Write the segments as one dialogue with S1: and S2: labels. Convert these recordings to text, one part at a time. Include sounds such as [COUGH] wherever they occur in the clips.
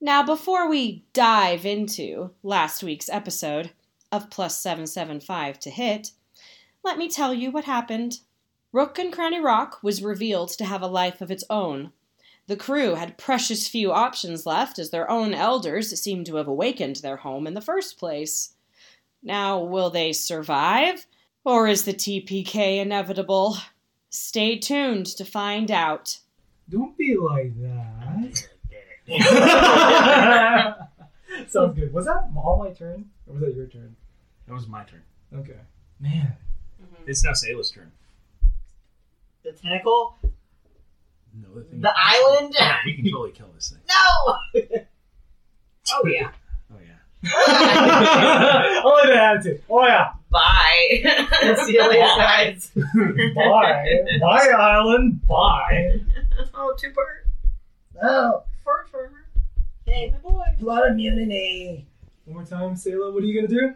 S1: Now, before we dive into last week's episode of Plus 775 to Hit, let me tell you what happened. Rook and Cranny Rock was revealed to have a life of its own. The crew had precious few options left, as their own elders seemed to have awakened their home in the first place. Now, will they survive? Or is the TPK inevitable? Stay tuned to find out.
S2: Don't be like that. [LAUGHS] Sounds good. Was that all my turn? Or was that your turn?
S3: That was my turn.
S2: Okay. Man. [LAUGHS]
S3: It's now Sayla's turn.
S4: The tentacle?
S3: No, the,
S4: The island? [LAUGHS]
S3: Yeah, we can totally kill this thing.
S4: No!
S3: Oh yeah. Oh yeah.
S2: oh, I didn't have to. Oh, yeah.
S4: Bye. [LAUGHS] See you later, guys.
S2: Bye. Bye, Island. Bye.
S4: Oh, two bird.
S2: Oh,
S4: Fur farmer. Hey, my boy.
S2: blood immunity. One more time, Sayla. What are you going to do?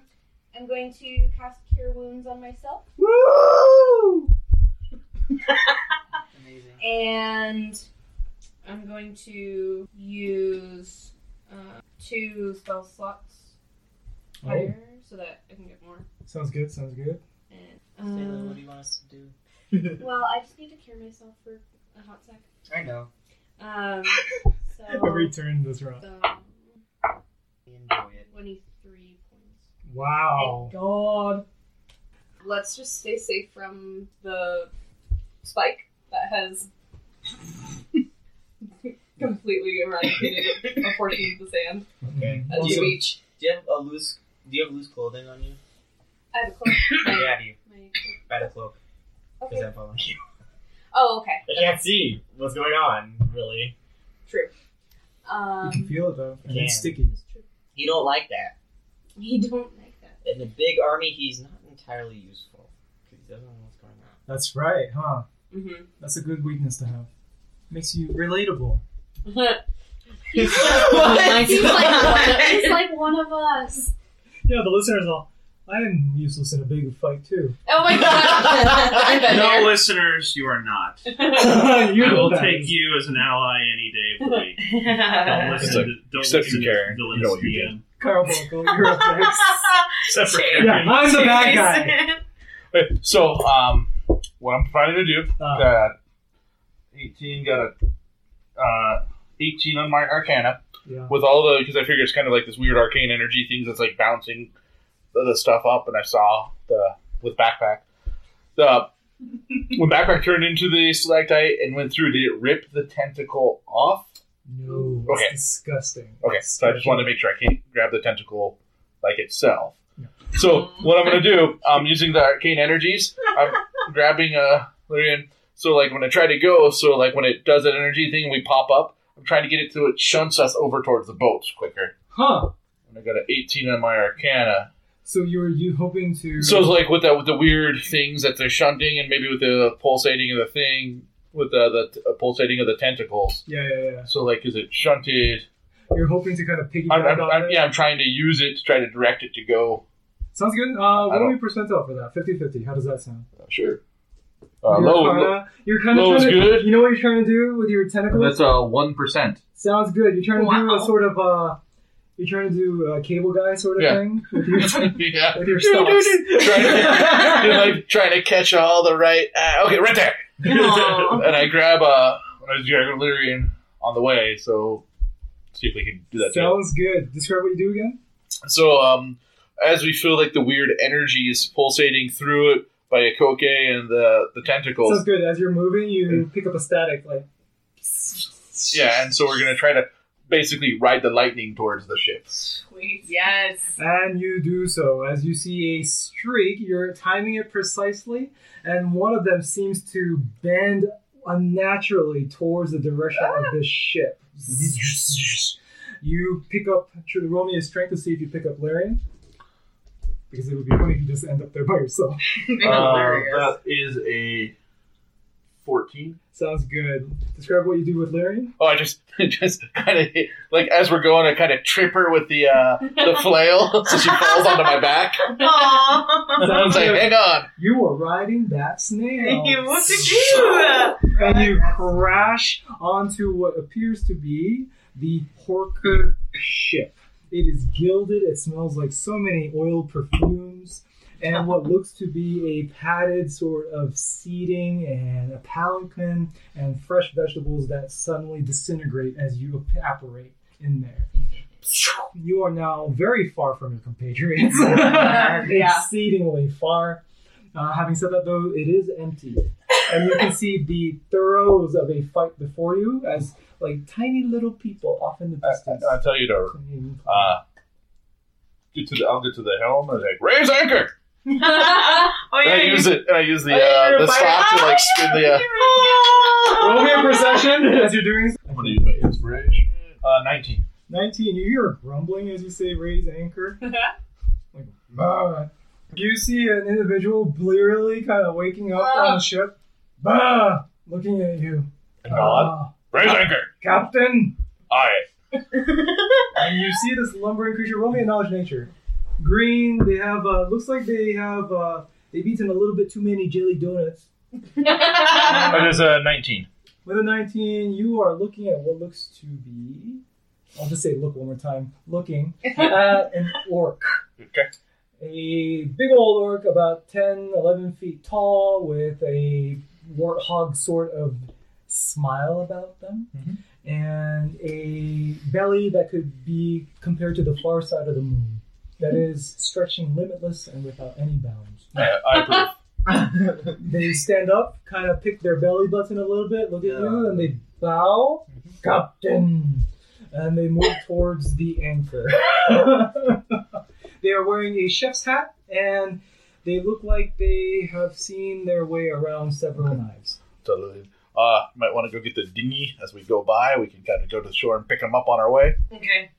S5: I'm going to cast Cure Wounds on myself,
S2: Woo!
S4: Amazing.
S5: and I'm going to use uh, two spell slots
S2: Oh,
S5: higher so that I can get more.
S2: sounds good. Sounds good.
S5: And,
S4: Sailor, what
S5: um,
S4: do you want us to do?
S5: well, I just need to cure myself for a hot sec.
S4: I know.
S5: Um, so,
S2: [LAUGHS] Oh. Every turn this round.
S5: so um,
S4: We enjoy it.
S5: 23 points.
S2: Wow.
S5: God. Let's just stay safe from the spike that has [LAUGHS] completely eradicated a portion of the sand.
S4: Okay.
S5: That's
S2: Also-
S4: do,
S5: you
S4: you,
S5: each.
S4: do you have a loose? Do you have loose clothing on [CLEARS THROAT] you?
S5: I have a
S2: [LAUGHS]
S5: cloak. My,
S4: yeah, I do.
S5: my
S4: By the cloak,
S5: cloak.
S4: because
S5: Okay.
S4: I'm following you.
S5: Oh, okay.
S4: I can't see what's going on. Really,
S5: True.
S2: You can
S5: Um,
S2: feel it, though. And
S4: Can.
S2: it's sticky.
S5: that's true.
S4: he don't like that.
S5: He don't like that.
S4: In the big army, he's not entirely useful because he doesn't know what's going on.
S2: That's right, huh?
S5: Mm-hmm. [LAUGHS]
S2: That's a good weakness to have. Makes you relatable.
S5: he's, like,
S4: [LAUGHS] What?
S5: he's, like
S4: [LAUGHS]
S5: one [LAUGHS] of, he's like one of us.
S2: Yeah, the listeners all. I am useless in a big fight
S6: [LAUGHS]
S2: too.
S5: Oh my
S2: [LAUGHS]
S5: god. [LAUGHS] I've
S7: [LAUGHS]
S5: been
S7: No,
S5: [LAUGHS] there.
S7: listeners, you are
S4: [LAUGHS]
S7: not.
S2: you
S7: I will take you as an ally any day of the week.
S4: [LAUGHS]
S7: Don't listen
S6: Except-
S7: to, don't
S6: except
S7: listen to
S6: for Karen.
S7: villainous
S6: You know what you
S7: DM.
S2: Carl Buckle, you're up
S6: [LAUGHS]
S2: next.
S7: Except for
S2: Yeah,
S7: Karen.
S2: I'm the bad guy.
S6: Okay, so um, what I'm trying to do
S2: Uh,
S6: that 18 got a uh, 18 on my Arcana
S2: yeah.
S6: with all the because I figure it's kind of like this weird arcane energy things that's like bouncing the, the stuff up, and I saw the with backpack the when backpack turned into the selectite and went through, did it rip the tentacle off?
S2: No,
S6: Okay.
S2: it's disgusting.
S6: Okay, so I just wanted to make sure I can't grab the tentacle like itself.
S2: No.
S6: So what I'm gonna do, I'm using the arcane energies. I'm grabbing uh, a Lyrian. So like when I try to go, so like when it does that energy thing, and we pop up. I'm trying to get it to it shunts us over towards the boats quicker.
S2: Huh?
S6: And I got an 18 on my arcana.
S2: So you were you hoping to?
S6: So it's like with that with the weird things that they're shunting, and maybe with the pulsating of the thing, with the the t- uh, pulsating of the tentacles.
S2: yeah, yeah, yeah.
S6: So like, is it shunted?
S2: You're hoping to kind of piggyback
S6: I'm, I'm,
S2: on
S6: I'm,
S2: that?
S6: yeah, I'm trying to use it to try to direct it to go
S2: Sounds good. Uh, what
S6: I
S2: are
S6: don't-
S2: we percentile for that? 50-50. How does that sound?
S6: Sure. Uh,
S2: you're
S6: low,
S2: kinda, you're kind of
S6: low is
S2: trying to,
S6: good.
S2: You know what you're trying to do with your tentacles?
S6: That's uh one percent. [LAUGHS]
S2: Sounds good. You're trying to do a
S4: Wow.
S2: sort of uh, you're trying to do a cable guy sort of
S6: Yeah.
S2: thing with your [LAUGHS]
S6: yeah.
S2: with your stocks.
S6: Trying to, you're like trying to catch all the right. Uh, okay, right there.
S4: Aw.
S6: [LAUGHS] And I grab uh, I was grabbing Lyrian on the way, so see if we can do that. together.
S2: Sounds good. Describe what you do again.
S6: So um, as we feel like the weird energy is pulsating through it by Akoke and the the
S2: Sounds
S6: tentacles.
S2: good. As you're moving, you pick up a static like.
S6: Yeah, and so we're gonna try to basically ride the lightning towards the ship.
S5: Sweet.
S4: Yes.
S2: And you do so. As you see a streak, you're timing it precisely, and one of them seems to bend unnaturally towards the direction of the ship. You pick up, roll me a strength to see if you pick up Larian. Because it would be funny if you just end up there by yourself.
S4: [LAUGHS]
S6: Uh,
S4: Hilarious.
S6: that is a fourteen.
S2: Sounds good. Describe what you do with Larian.
S6: Oh, I just [LAUGHS] just kind of like as we're going, I kind of trip her with the uh, the flail, so she falls onto my back.
S4: Aw.
S6: And I was like, "Hang on!"
S2: You are riding that snail.
S4: Look at
S2: [LAUGHS]
S4: you.
S2: and you crash onto what appears to be the Horker ship. It is gilded, it smells like so many oil perfumes, and what looks to be a padded sort of seating and a palanquin and fresh vegetables that suddenly disintegrate as you apparate in there. You are now very far from your compatriots, exceedingly far. Uh, having said that, though, it is empty, and you can see the throes of a fight before you as like tiny little people off in the
S6: Uh,
S2: distance.
S6: I, will tell you to uh, get to the. I'll get to the helm and like raise anchor.
S8: [LAUGHS] oh
S6: And I
S8: yeah,
S6: use it. And I use the
S8: Oh, yeah,
S6: uh,
S8: you're
S6: the
S8: right.
S6: staff to like spin
S8: [LAUGHS]
S6: the. Uh,
S8: Oh.
S2: Roll me a perception as you're doing.
S6: I'm gonna use my inspiration. Uh, Nineteen.
S2: 19, you hear grumbling as you say raise anchor. like, bah. You see an individual blearily kind of waking up on the ship. Bah! Looking at you.
S6: And nod.
S2: Ah,
S6: Raise anchor.
S2: Captain!
S6: Aye.
S2: And you see this lumbering creature. Roll me a knowledge nature. Green, they have, uh, looks like they have, uh, they've eaten a little bit too many jelly donuts.
S6: It is a nineteen.
S2: With a 19, you are looking at what looks to be. I'll just say look one more time. Looking at an orc.
S6: Okay.
S2: A big old orc, about 10, 11 feet tall, with a warthog sort of smile about them, and a belly that could be compared to the far side of the moon. That is stretching limitless and without any bounds.
S6: I, I approve.
S2: They stand up, kind of pick their belly button a little bit, look at you, and they bow,
S7: Mm-hmm.
S2: Captain, and they move towards the anchor. [LAUGHS] they are wearing a chef's hat, and they look like they have seen their way around several knives.
S6: Totally. Uh, might want to go get the dinghy as we go by. We can kind of go to the shore and pick them up on our way.
S8: okay.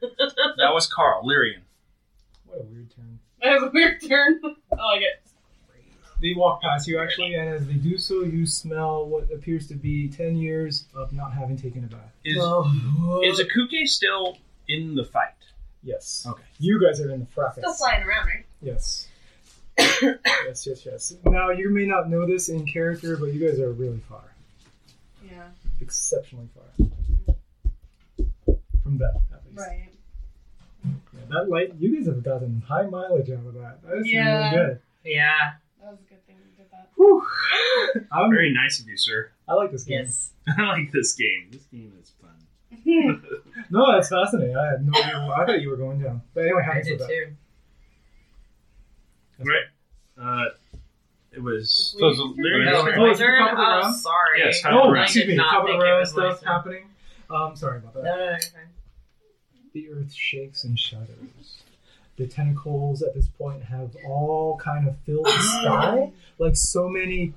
S7: That was Carl Lyrian.
S2: What a weird turn.
S5: That was a weird turn. I like it.
S2: They walk past you actually, and as they do so, you smell what appears to be ten years of not having taken a bath.
S7: Is-
S2: Oh,
S7: Is Akuke still in the fight?
S2: yes.
S7: Okay.
S2: You guys are in the fracas.
S5: Still flying around, right?
S2: Yes. yes, yes, yes. Now you may not know this in character, but you guys are really far,
S5: Yeah.
S2: exceptionally far from that. At least.
S5: Right.
S2: Yeah, that light, you guys have gotten high mileage out of that. That's
S5: Yeah.
S2: really good.
S8: Yeah.
S5: That was a good thing we did
S8: [LAUGHS]
S5: that.
S2: Whew. I'm,
S7: Very nice of you, sir. [LAUGHS]
S2: I like this game.
S8: Yes.
S7: I like this game. This game is fun.
S2: No, that's fascinating. I had no idea. I thought you were going down. But anyway,
S8: I
S2: happens
S8: did
S2: with that.
S8: too.
S7: Right. Uh, it was.
S6: So it's a-
S7: Lyrian.
S8: No,
S2: Oh,
S8: it's
S2: it's
S8: my turn.
S2: top of the
S8: Oh,
S2: round?
S8: sorry.
S7: Yes, top of the
S2: Oh,
S7: round.
S8: I
S2: excuse
S8: did
S2: me.
S8: not
S2: Top of
S8: think
S2: the
S8: it
S2: round
S8: was my
S2: stuff
S8: turn.
S2: happening. Um, sorry about that.
S8: No, no, no, you're fine.
S2: The earth shakes and shudders. The tentacles at this point have all kind of filled the sky, like so many.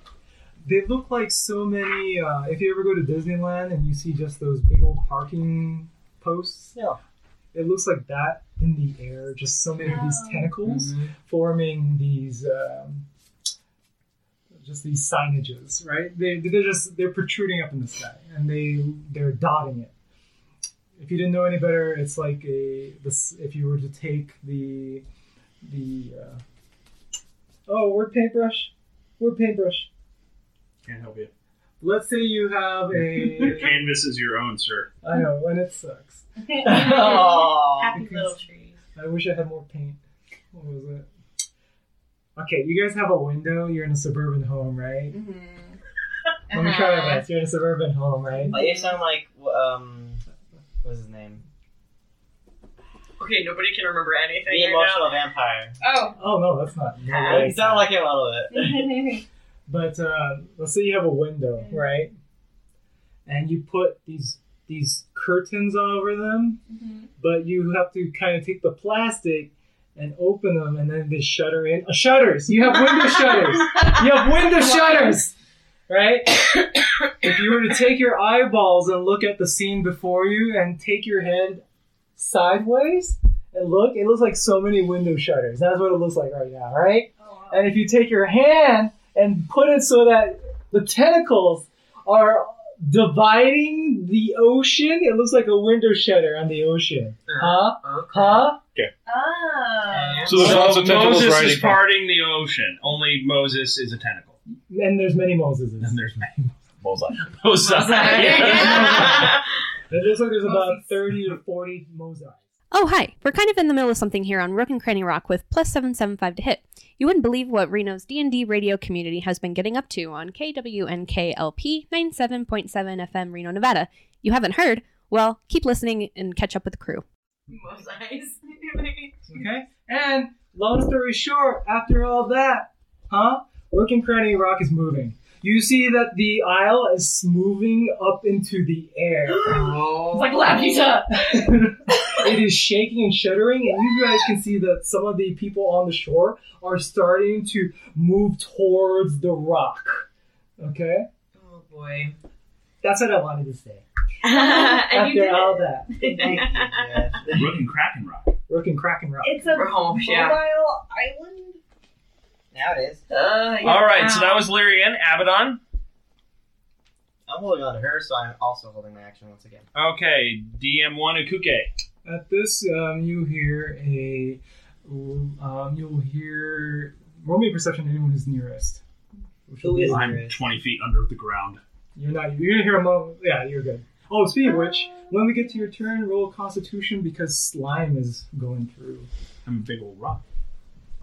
S2: They look like so many. Uh, if you ever go to Disneyland and you see just those big old parking posts,
S8: Yeah.
S2: it looks like that in the air. Just so many of these
S5: Wow.
S2: tentacles
S4: [LAUGHS]
S2: forming these, um, just these signages, right? They, they're just they're protruding up in the sky and they they're dotting it if you didn't know any better, it's like a this. If you were to take the the uh, oh word paintbrush, word paintbrush.
S7: Can't help
S4: [LAUGHS]
S7: you.
S2: Let's say you have
S7: Your
S9: [LAUGHS]
S2: a
S7: canvas is your own, sir.
S2: I know, and it sucks.
S8: Oh.
S2: Happy
S5: [LAUGHS]
S2: little
S8: little trees.
S2: I wish I had more paint. What was it? Okay, you guys have a window. You're in a suburban home, right?
S5: Mm-hmm.
S2: Let me try my best. You're in a suburban home, right?
S4: Like, you sound like w- um, what's his name?
S8: Okay, nobody can remember anything.
S4: The
S8: right
S4: emotional vampire.
S5: Oh.
S2: Oh no, that's not. No,
S4: Yeah, you
S2: that's
S4: sound
S2: not.
S4: like him a little
S5: [LAUGHS]
S4: bit.
S2: But uh, let's say you have a window, right? And you put these these curtains over them, but you have to kind of take the plastic and open them, and then they shutter in. Uh, shutters. You have window shutters. You have window shutters, right? if you were to take your eyeballs and look at the scene before you, and take your head sideways and look, it looks like so many window shutters. That's what it looks like right now, right?
S5: Oh,
S2: And if you take your hand and put it so that the tentacles are dividing the ocean, it looks like a window shutter on the ocean. Huh?
S8: now.
S2: Huh?
S5: Oh.
S6: So there's lots of tentacles
S7: Moses
S6: riding.
S7: is parting the ocean. Only Moses is a
S9: [LAUGHS]
S7: tentacle.
S2: And there's many Moseses.
S7: And there's
S9: [LAUGHS]
S6: Bullseye.
S7: Moses.
S8: Okay.
S2: It looks like there's about 30 to 40 mozaics.
S10: Oh, hi. We're kind of in the middle of something here on Rook and Cranny Rock with plus 775 to hit. You wouldn't believe what Reno's D&D radio community has been getting up to on KWNKLP 97.7 FM Reno, Nevada. You haven't heard? Well, keep listening and catch up with the crew.
S8: Most
S2: Okay? And long story short, after all that, huh? Rook and Cranny Rock is moving. You see that the aisle is moving up into the air.
S8: It's like La Pizza.
S2: it is shaking and shuddering, and you guys can see that some of the people on the shore are starting to move towards the rock. Okay?
S8: Oh boy.
S2: That's what I wanted to say.
S8: [LAUGHS] and you
S2: After
S8: did
S2: all
S8: it.
S2: that,
S4: Yes.
S7: Rook and Kraken Rock.
S2: Rook and Kraken Rock.
S5: It's a
S8: We're home. Yeah.
S5: mobile island.
S4: Now it is.
S8: Uh, yeah.
S9: All right, so that was Lyrian, Abaddon.
S4: I'm holding on to her, so I'm also holding my action once again.
S9: Okay, DM1 Akuke.
S2: At this, um, you hear a. Um, you'll hear. Roll me a perception. Anyone who's nearest. Which will
S4: Who
S2: be-
S4: is
S7: I'm 20 feet under the ground.
S2: You're not. You're gonna hear a moment. Yeah, you're good. Oh, speaking of which, when we get to your turn, roll Constitution because slime is going through.
S7: I'm a big old rock.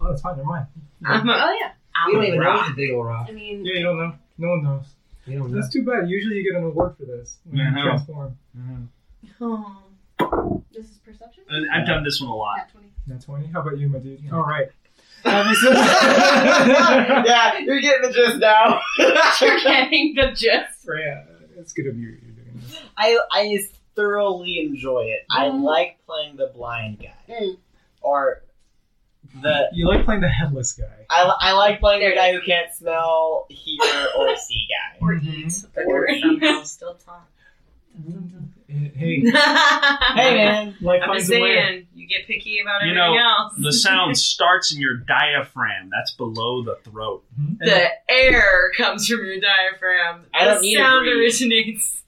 S2: Oh, that's fine. Never mind.
S8: I'm a,
S5: Oh yeah.
S8: I'm
S4: We don't even know
S8: rock.
S4: it's a big old rock.
S5: I mean,
S2: Yeah, you don't know. No one knows.
S4: We don't
S2: [LAUGHS]
S4: know.
S2: That's too bad. Usually, you get an award for this. when you
S7: Yeah, I know.
S2: Transform.
S9: Mm-hmm.
S8: Oh.
S5: this is perception.
S9: Uh,
S7: And I've done this one a lot.
S5: [LAUGHS] Nat 20.
S2: Now twenty. How about you, my dude? All right.
S4: [LAUGHS] yeah, you're getting the gist now.
S8: You're getting the gist.
S2: Yeah, it's good of you. You're doing this.
S4: I I thoroughly enjoy it. I
S5: Mm.
S4: like playing the blind guy,
S5: Mm.
S4: or the
S2: You like playing the headless guy.
S4: I, I like playing the guy who can't smell, hear, or see
S2: [LAUGHS]
S4: guy.
S8: Or
S2: Mhm.
S8: eat.
S4: Or
S8: Or somehow still talk.
S2: Hey,
S8: [LAUGHS]
S4: Hey
S8: hey
S4: man,
S2: life
S8: I'm just
S2: finds a way.
S8: saying, you get picky about
S9: You
S8: everything
S9: know,
S8: else. [LAUGHS]
S9: [LAUGHS] The sound starts in your diaphragm. That's below the throat.
S8: the air comes from your diaphragm.
S4: I don't
S8: the
S4: need to
S8: sound
S4: breathe.
S8: originates.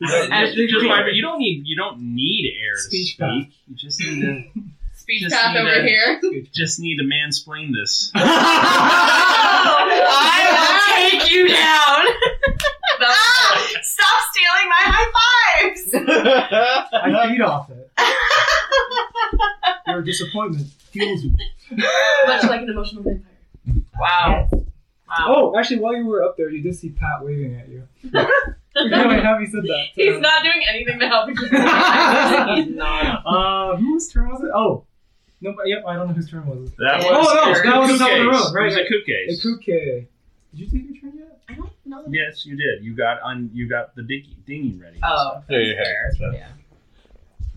S9: Just-
S8: As the
S9: just
S8: clear.
S9: vibrate. You don't need you don't need air to
S2: Speech
S9: speak.
S2: path.
S9: You just need to
S5: Speech
S9: Just
S5: path
S9: need
S5: over
S9: a-
S5: here.
S9: just need to mansplain this. [LAUGHS]
S8: I will take you [LAUGHS] down. Ah, stop stealing my high fives.
S2: I feed
S8: [LAUGHS]
S2: off it. Your disappointment fuels me.
S5: [LAUGHS] Much like an emotional vampire.
S8: Wow. Wow.
S2: Oh, actually, while you were up there, you did see Pat waving at you. You're really happy you said that.
S8: [LAUGHS] He's
S2: [LAUGHS]
S8: not doing anything to help you.
S2: Uh, whose turn was it? Oh, no, yep, I don't know whose turn was it.
S9: That
S8: Oh,
S9: was
S8: no, that
S2: was on the
S9: Akuke's.
S2: road, right,
S9: It was
S2: right.
S9: Akuke's.
S2: Ikuke. Did you take your turn yet?
S8: I don't know.
S9: Yes, you did. You got on. You got the dingy, dinghy ready.
S8: Oh,
S6: Yeah, yeah,
S8: that's fair.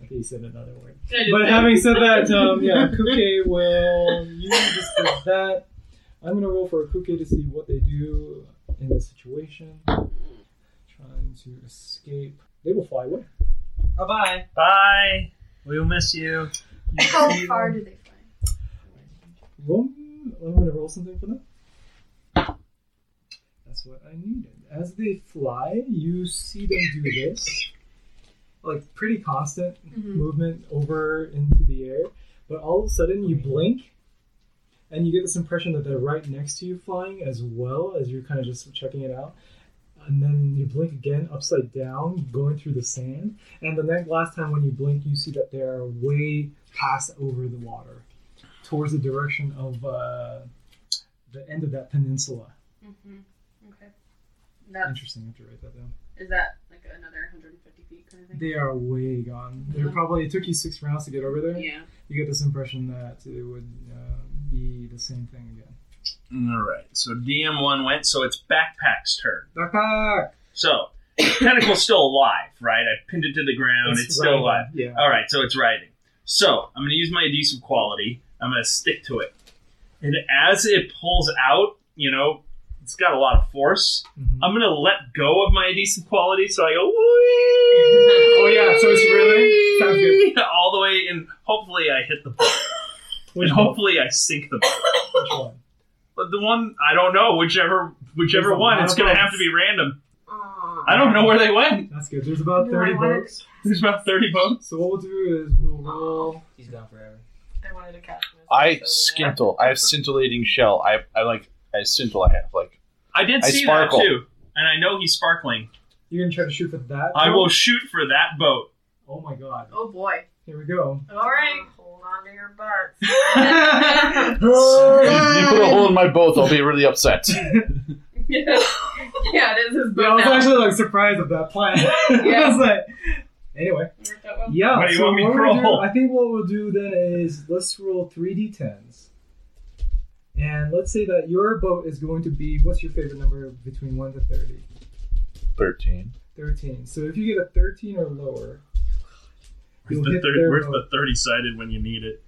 S2: Okay, you said another word.
S8: Yeah.
S2: [LAUGHS] But having said that,
S8: [LAUGHS]
S2: um, yeah, Kuke will use this as that. I'm gonna roll for a Kuke to see what they do in this situation. Trying to escape. They will fly away.
S8: Bye bye.
S9: Bye. We'll miss you.
S5: How far do they fly?
S2: Roll. I'm gonna roll something for them. That's what I needed. As they fly, you see them do this, like pretty constant movement over into the air. But all of a sudden, you blink, and you get this impression that they're right next to you, flying as well as you're kind of just checking it out. And then you blink again, upside down, going through the sand. And the next last time when you blink, you see that they are way past over the water towards the direction of uh, the end of that peninsula.
S5: Mm-hmm. Okay. That's
S2: Interesting. I have to write that down.
S5: is that like another 150 feet kind of thing?
S2: They are way gone. They're probably it took you six rounds to get over there.
S5: Uh-huh. yeah.
S2: You get this impression that it would uh, be the same thing again.
S9: All right. So DM one went. So it's Backpack's turn.
S2: Backpack.
S9: So [COUGHS] Pentacle's still alive, right? I pinned it to the ground. It's, still alive.
S2: Yeah.
S9: All right, so it's writing. So I'm going to use my adhesive quality. I'm going to stick to it. And as it pulls out, you know, it's got a lot of force.
S2: Mhm.
S9: I'm going to let go of my adhesive quality. So I go, "Whee!"
S2: Oh, yeah, so it's really- sounds good.
S9: [LAUGHS] All the way, and hopefully I hit the boat. and hopefully I sink the boat.
S2: Which one?
S9: But the one, I don't know, whichever whichever
S2: There's a
S9: one,
S2: lot
S9: it's
S2: of
S9: going to
S2: boats.
S9: have to be random. I don't know where they went.
S2: That's good. There's about
S8: No,
S2: thirty
S8: I wanted
S2: votes.
S9: There's about 30 boats.
S2: So what we'll do is we'll roll.
S4: He's gone forever.
S8: I wanted to catch him.
S6: I scintle. I have scintillating shell. I I like I scintill. I have like
S9: I did
S6: I
S9: see
S6: sparkle.
S9: that too. And I know he's sparkling.
S2: You're gonna try to shoot for that.
S9: I
S2: boat?
S9: will shoot for that boat.
S2: Oh my god.
S8: Oh boy.
S2: Here we
S9: [LAUGHS]
S5: [LAUGHS]
S2: go. [LAUGHS]
S8: All right. Hold on to your butts.
S6: If you put a hole in my boat, I'll be really upset.
S5: yeah, yeah, it is his
S2: Yeah, I
S5: boat
S2: was
S5: now.
S2: actually like surprised at that plan. [LAUGHS] I
S5: Yeah.
S2: was like, anyway.
S5: Worked that one.
S2: Yeah.
S9: What do you
S2: so
S9: want me to
S2: what we'll
S9: roll?
S2: do- I think what we'll do then is let's roll three d10s, and let's say that your boat is going to be what's your favorite number between one to thirty?
S6: 13.
S2: Thirteen. So if you get a thirteen or lower,
S7: Where's
S2: you'll
S7: the,
S2: hit
S7: thir-
S2: their
S7: where's
S2: boat.
S7: the 30 sided when you need it?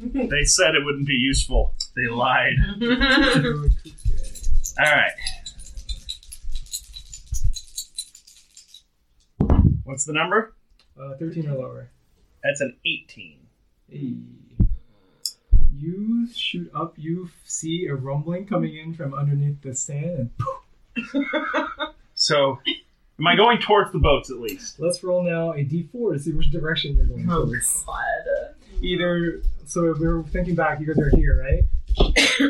S7: They said it wouldn't be useful. They lied.
S2: [LAUGHS]
S9: All right.
S7: What's the number?
S2: Uh, thirteen or lower.
S7: That's an 18.
S2: Hey. You shoot up. You see a rumbling coming in from underneath the sand, and
S9: So, am I going towards the boats at least?
S2: Let's roll now a d4 to see which direction you're going. towards. Either so we're thinking back. You guys are here, right?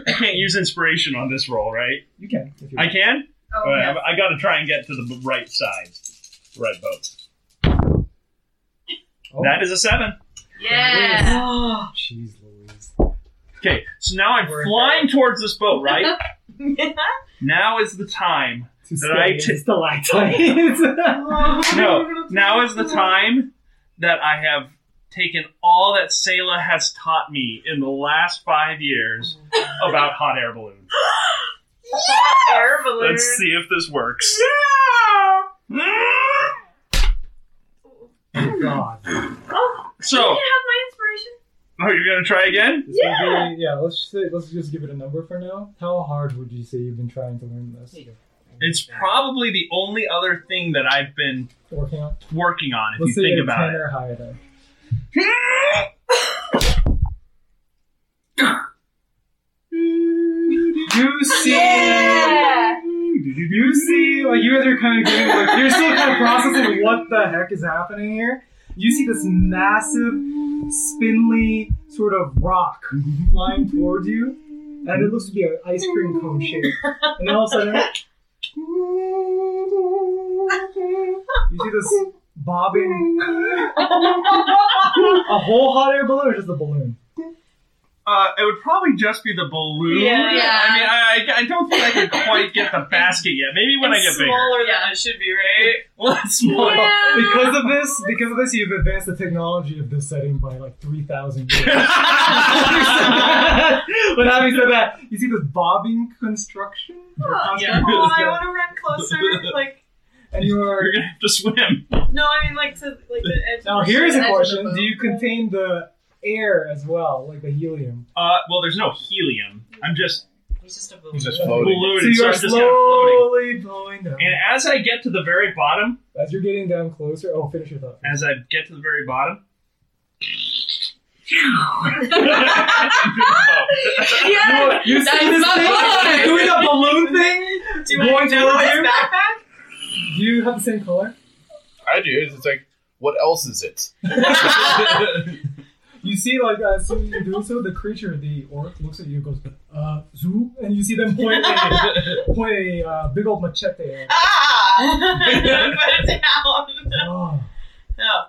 S9: I can't use inspiration on this roll, right?
S2: You can. If you
S9: I can.
S8: Oh,
S9: All right,
S8: yeah.
S9: I'm- I got to try and get to the b- right side, right boat.
S2: Oh,
S9: That is a seven.
S8: yeah.
S2: Jeez Louise.
S9: Okay, so now I'm
S2: We're-
S9: flying towards this
S2: [LAUGHS]
S9: boat, right? now is the time.
S2: To
S9: Did I
S2: stay in stalactites.
S9: [LAUGHS] No, now is the time that I have taken all that Selah has taught me in the last five years about hot air balloons.
S8: Air balloon.
S7: Let's see if this works.
S2: God.
S8: Oh, you
S9: [LAUGHS] So,
S8: can have my inspiration.
S9: oh, you're gonna try again?
S2: This yeah. Be, yeah. Let's just say, let's just give it a number for now. How hard would you say you've been trying to learn this?
S9: It's probably the only other thing that I've been
S2: Working on.
S9: working on. If
S2: let's
S9: you
S2: say
S9: think
S2: a
S9: about
S2: 10
S9: it,
S2: or higher.
S9: [LAUGHS]
S2: Then. You see. You see, like you guys are kind of getting, like, you're still kind of processing what the heck is happening here. You see this massive, spindly sort of rock flying towards you, and it looks to be an ice cream cone shape. And then all of a sudden, you see this bobbing, a whole hot air balloon or just a balloon?
S9: uh, it would probably just be the balloon.
S8: Yeah.
S9: I mean, I, I- I don't think I can quite get the basket yet. Maybe when I
S8: It's
S9: get bigger.
S8: smaller than it should be, right?
S9: [LAUGHS] Well, it's smaller.
S2: [LAUGHS] Because of this, because of this, you've advanced the technology of this setting by like three thousand
S9: [LAUGHS]
S2: years. [LAUGHS] but having said that, you see this bobbing construction,
S8: Oh,
S9: Yeah.
S8: I want to run closer. Like,
S2: [LAUGHS] and you are
S9: You're gonna have to swim.
S8: no, I mean like to like the edge.
S2: now. Here's
S8: the edge
S2: a
S8: of the
S2: question:
S8: boat.
S2: Do you contain the air as well, like the helium?
S9: Uh, well, there's no helium. I'm just
S8: He's just a balloon.
S6: He's just
S2: So
S6: floating.
S9: ballooning,
S2: you
S9: so,
S2: are
S9: I'm just kind of floating.
S2: slowly blowing down.
S9: And as I get to the very bottom,
S2: As you're getting down closer, oh, finish
S8: [LAUGHS]
S2: your thought.
S9: as I get to the very bottom. [LAUGHS]
S6: Oh,
S8: yeah.
S2: You see
S8: That's
S2: this
S8: my
S2: thing
S8: boy!
S2: doing a balloon thing?
S8: Do you want
S2: Going
S8: to know
S2: towards
S8: his
S2: you?
S8: backpack?
S2: Do you have the same color?
S6: I do. It's like, what else is it?
S9: uh,
S2: You see, like, as soon as you do so, the creature, the orc, looks at you and goes, uh, zoo? And you see them point a, point a uh, big old machete at you.
S8: Ah! [LAUGHS] Put it down.
S2: Oh.
S8: No.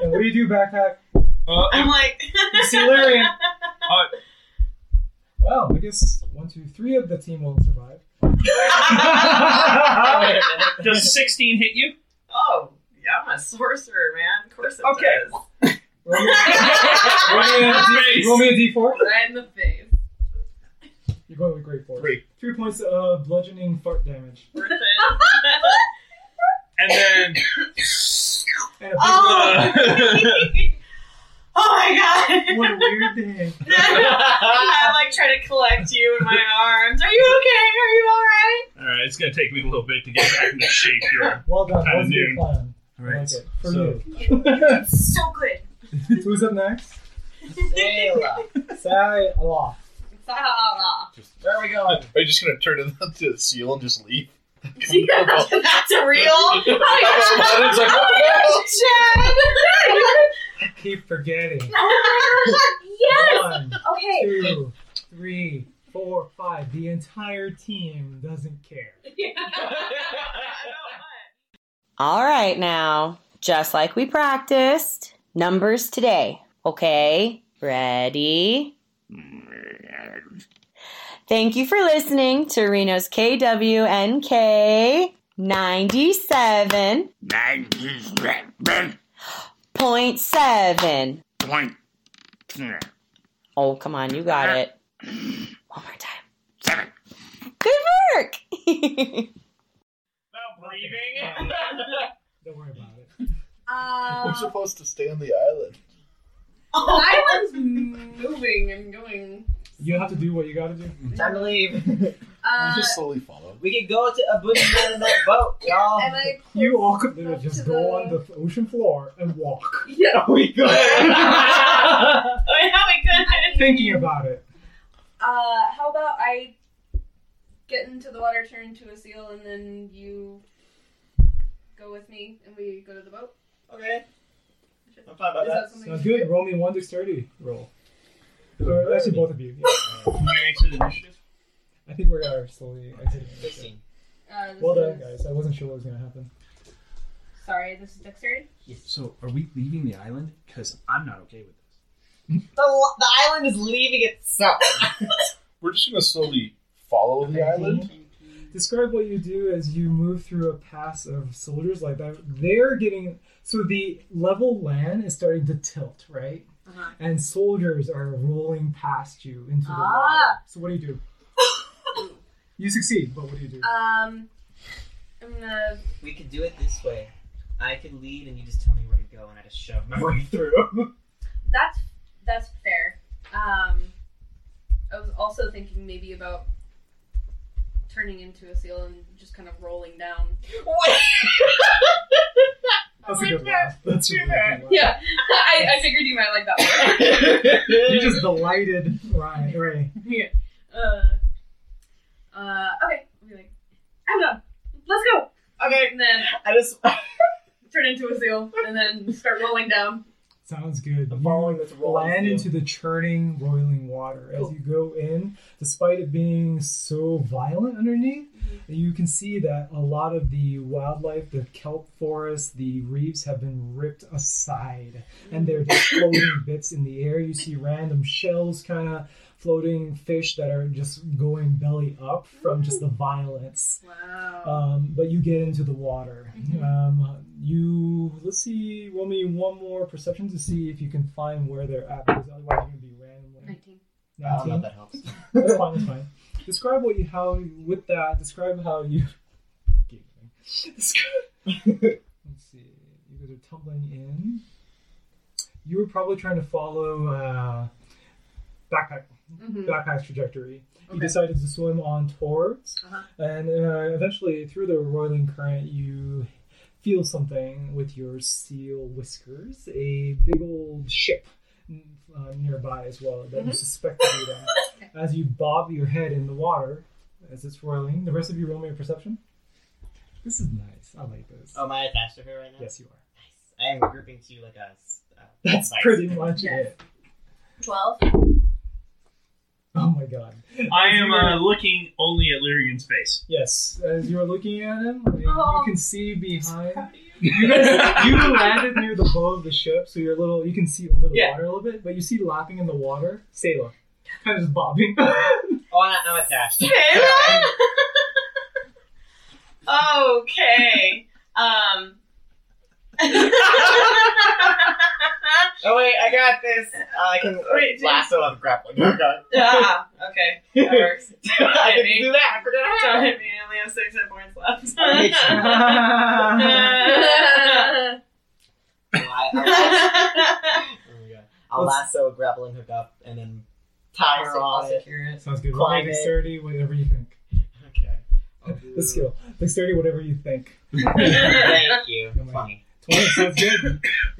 S2: And what do you do, backpack?
S9: Uh,
S8: I'm like. [LAUGHS]
S2: You see Larian.
S9: uh,
S2: Well, I guess one, two, three of the team will survive.
S9: uh, does 16 hit you?
S8: Oh, yeah, I'm a sorcerer, man. Of course it
S9: Okay.
S8: [LAUGHS] does.
S2: Roll me, roll me a D- roll me a d4.
S5: Right in the face.
S2: You're going with great force.
S9: Three.
S2: Three points of bludgeoning fart damage.
S8: Worth it.
S9: And then uh,
S2: And a big
S9: [LAUGHS]
S8: Oh. [LAUGHS] oh my god. [LAUGHS]
S2: What a weird day.
S8: I like try to collect you in my arms. Are you okay? Are you all right?
S7: All right, it's going to take me a little bit to get back into shape here.
S2: Well done. That
S7: Kinda
S2: was a good
S7: noon.
S2: plan. I
S9: all
S2: like
S9: right.
S2: it. For
S9: So
S3: [LAUGHS]
S8: So good.
S2: you. [LAUGHS] Who's up next? Sally Aloft.
S8: uh,
S2: Where are we going?
S6: Are you just going to turn it [LAUGHS] up to seal and just leave? [LAUGHS]
S8: [LAUGHS] That's real. Oh
S6: it's like,
S2: Keep forgetting.
S8: my god. Chad.
S2: One,
S5: [LAUGHS] Okay.
S2: two, three, four, five. The entire team doesn't care.
S1: All right, now, just like we practiced, numbers today. Okay, ready? Thank you for listening to Reno's KWNK 97.7.
S11: Point.
S1: Oh, come on, you got it. One more time.
S11: Seven.
S1: Good work! [LAUGHS]
S9: breathing.
S2: Don't worry about it.
S6: We're
S5: Uh,
S6: supposed to stay on the island.
S5: the island's moving and going.
S2: You have to do what you got to do.
S4: Time to leave.
S5: Uh,
S4: [LAUGHS]
S6: slowly follow.
S4: We could go to Abuja in that boat,
S5: [LAUGHS]
S4: y'all.
S5: and I
S2: You all could literally just go on the ocean floor and walk,
S5: yeah.
S4: we could.
S8: Wait, how we good?
S2: thinking about it.
S5: Uh, how about I get into the water, turn into a seal, and then you go with me, and we go to the boat.
S4: okay. I'm fine about
S5: Is that
S4: that.
S5: something?
S2: Uh, Sounds good. Roll me one dexterity roll. Or actually, both of you. Yeah. I think we are slowly exiting. this.
S4: Fifteen.
S5: Uh, this
S2: Well done,
S5: is-
S2: guys. I wasn't sure what was gonna happen.
S5: Sorry, this is dexterity.
S3: So, are we leaving the island? Because I'm not okay with this.
S4: The, lo- the island is leaving itself.
S6: We're just gonna slowly follow the island.
S2: Describe what you do as you move through a pass of soldiers like that. They're getting so the level land is starting to tilt, right?
S5: Uh-huh.
S2: And soldiers are rolling past you into the water.
S5: Ah.
S2: So what do you do? [LAUGHS] you succeed, but what do you do?
S5: Um, I'm gonna.
S4: we could do it this way. I could lead and you just tell me where to go and I just shove [LAUGHS] my way through.
S5: That's that's fair. Um, I was also thinking maybe about turning into a seal and just kind of rolling down.
S8: What?
S2: That's a good laugh. That's a really good laugh.
S5: [LAUGHS] Yeah, [LAUGHS] I, I figured you might like that one.
S2: You just delighted Ryan. Ray.
S5: yeah. Uh, [LAUGHS] uh, okay. I'll be like, I'm done. Let's go.
S4: okay.
S5: And then
S4: I just
S5: [LAUGHS] turn into a seal and then start rolling down.
S2: Sounds good.
S4: I'm
S2: You
S4: following this roll
S2: land
S4: still.
S2: into the churning, roiling water. As you go in, despite it being so violent underneath, you can see that a lot of the wildlife, the kelp forest, the reefs have been ripped aside. And they're just floating bits in the air. You see random shells kind of floating, fish that are just going belly up from just the violence
S5: Wow.
S2: um, but you get into the water. Um, you let's see, roll me one more perception to see if you can find where they're at, because otherwise you're gonna be randomly.
S5: Nineteen.
S4: I don't know
S2: 19?
S4: if Oh, that helps.
S2: That's fine. That's fine. Describe what you how with that. Describe how you. Describe- let's see. You guys are tumbling in. You were probably trying to follow uh, backpack
S5: Mm-hmm.
S2: backpack's trajectory. You
S5: Okay.
S2: decided to swim on towards,
S5: Uh-huh.
S2: and uh, eventually, through the roiling current, you feel something with your seal whiskers a big old ship uh, nearby as well
S5: Mm-hmm.
S2: that you suspect to be there. As you bob your head in the water as it's roiling, the rest of you roll me a perception. This is nice. I like this.
S4: Oh, am I attached to her right now?
S2: yes, you are.
S4: Nice. I am grouping to you like a. s- Uh,
S2: That's
S4: spice.
S2: pretty much
S5: Yes.
S2: it.
S5: Twelve.
S2: Oh my god.
S9: I am uh, looking only at Lyrian's
S4: [LAUGHS]
S9: face.
S2: Yes, as you're looking at him,
S5: Oh.
S2: you can see behind. you guys- you landed near the bow of the ship, so you're a little. You can see over the
S4: Yeah.
S2: water a little bit, but you see lapping in the water, Sayla, kind of just bobbing.
S4: Oh, I- I'm attached.
S8: okay. Um. [LAUGHS]
S4: Oh wait, I got this. Uh, I can
S8: Wait, dude.
S4: lasso on grappling. hook [LAUGHS] on.
S8: ah, okay. That works.
S4: I can
S8: me.
S4: do that. I
S8: Don't
S4: forgot
S8: hit me. I only have six hit points
S2: [LAUGHS]
S8: left.
S4: how.
S8: Uh,
S4: [LAUGHS] I'll, I'll lasso a grappling hook up and then tie her on it.
S2: Sounds good. Roll
S4: Climb
S2: me
S4: it.
S2: dexterity, whatever you think.
S4: Okay. I'll do-
S2: The skill, dexterity, whatever you think.
S4: [LAUGHS] Thank you.
S2: Come on.
S4: Funny.
S2: Twenty sounds good.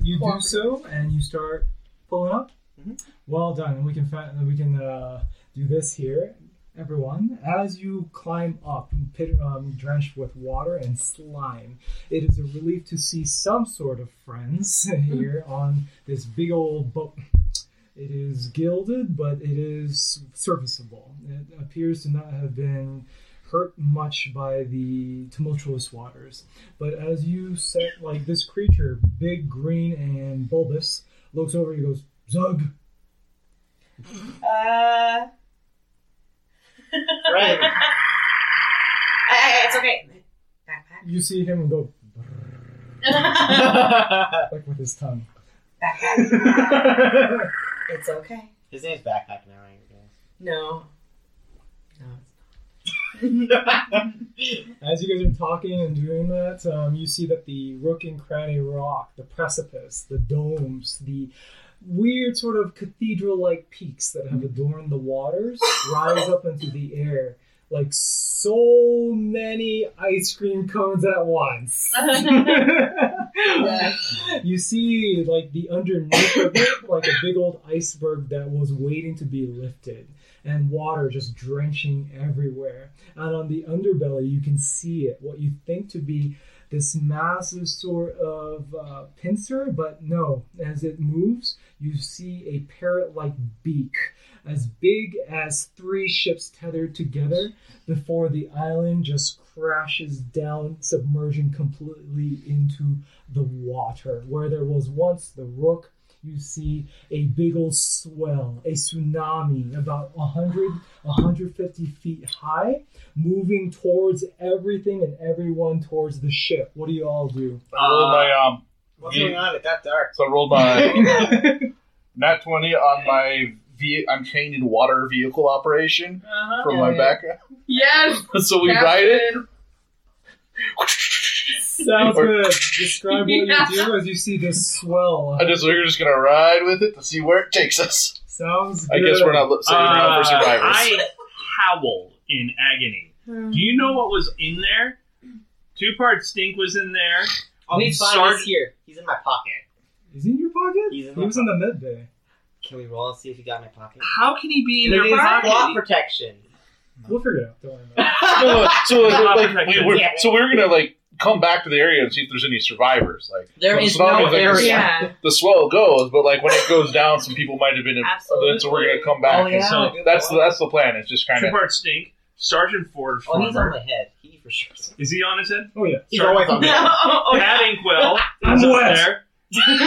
S2: You do so, and you start pulling up.
S4: Mhm.
S2: Well done. And we can find, we can uh, do this here, everyone. As you climb up, pit, um, drenched with water and slime, it is a [LAUGHS] relief to see some sort of friends here on this big old boat. It is gilded, but it is serviceable. It appears to not have been hurt much by the tumultuous waters. But as you set, like this creature, big, green, and bulbous, looks over and goes, Zug!
S8: Uh.
S2: Right.
S8: Hey, hey, hey, it's okay.
S2: You see him and go, like with his tongue.
S8: Backpack. it's okay.
S4: His name's Backpack now, I guess.
S8: No.
S2: As you guys are talking and doing that, um, you see that the Rook and Cranny Rock, the precipice, the domes, the weird sort of cathedral like peaks that have adorned the waters rise up into the air like so many ice cream cones at once. [LAUGHS] you see, like, the underneath of it, like a big old iceberg that was waiting to be lifted, and water just drenching everywhere. And on the underbelly, you can see it, what you think to be this massive sort of uh, pincer, but no, as it moves, you see a parrot like beak as big as three ships tethered together before the island just crashes down, submerging completely into the water. Where there was once the rook, you see a big old swell, a tsunami about 100, 150 feet high, moving towards everything and everyone towards the ship. What do you all do?
S4: Uh,
S6: I rolled my um.
S4: What's going on? It got dark.
S6: So I rolled my
S4: [LAUGHS]
S6: nat twenty on my. Ve- I'm trained in water vehicle operation
S8: Uh-huh.
S6: from my background.
S5: Yes.
S6: [LAUGHS] So we ride it.
S2: Sounds good. Describe what you do as you see this swell.
S6: I just we're just gonna ride with it to see where it takes us.
S2: Sounds
S6: I
S2: good.
S6: guess we're not li- saving around for
S9: Uh,
S6: survivors.
S9: I howl in agony. Do you know what was in there? Two part stink was in there.
S4: I'll be fine.
S9: Sarge-
S4: He's here. He's in my pocket.
S2: Is he in your pocket?
S4: He's in
S2: he
S4: my
S2: was in the mid bay.
S4: Can we roll and see if he got in my pocket?
S9: How can he be in
S4: It
S9: your
S4: is plot
S9: pocket?
S4: protection. Oh,
S2: We'll figure it out. Don't worry about it.
S6: No, [LAUGHS] so like, like, we were,
S4: Yeah.
S6: so we were gonna like come back to the area and see if there's any survivors. Like
S8: There
S6: Well,
S8: is
S6: it's not
S8: no
S6: like it's-
S8: area.
S6: the swell goes, but like when it goes down, some people might have been. in-
S4: Absolutely.
S6: So we're gonna come back.
S4: Oh, yeah.
S6: and so that's the, that's the plan. It's just kind
S9: Two
S6: of
S9: part stink. Sergeant Ford
S4: Oh, he's on
S9: Farmer.
S4: the head. He for sure.
S9: [LAUGHS]
S4: is.
S9: Is he on his head?
S2: Oh yeah.
S4: He's always on the head.
S9: Pat
S4: [LAUGHS]
S9: Inkwell
S2: I'm
S9: is up
S2: wet.
S9: there. And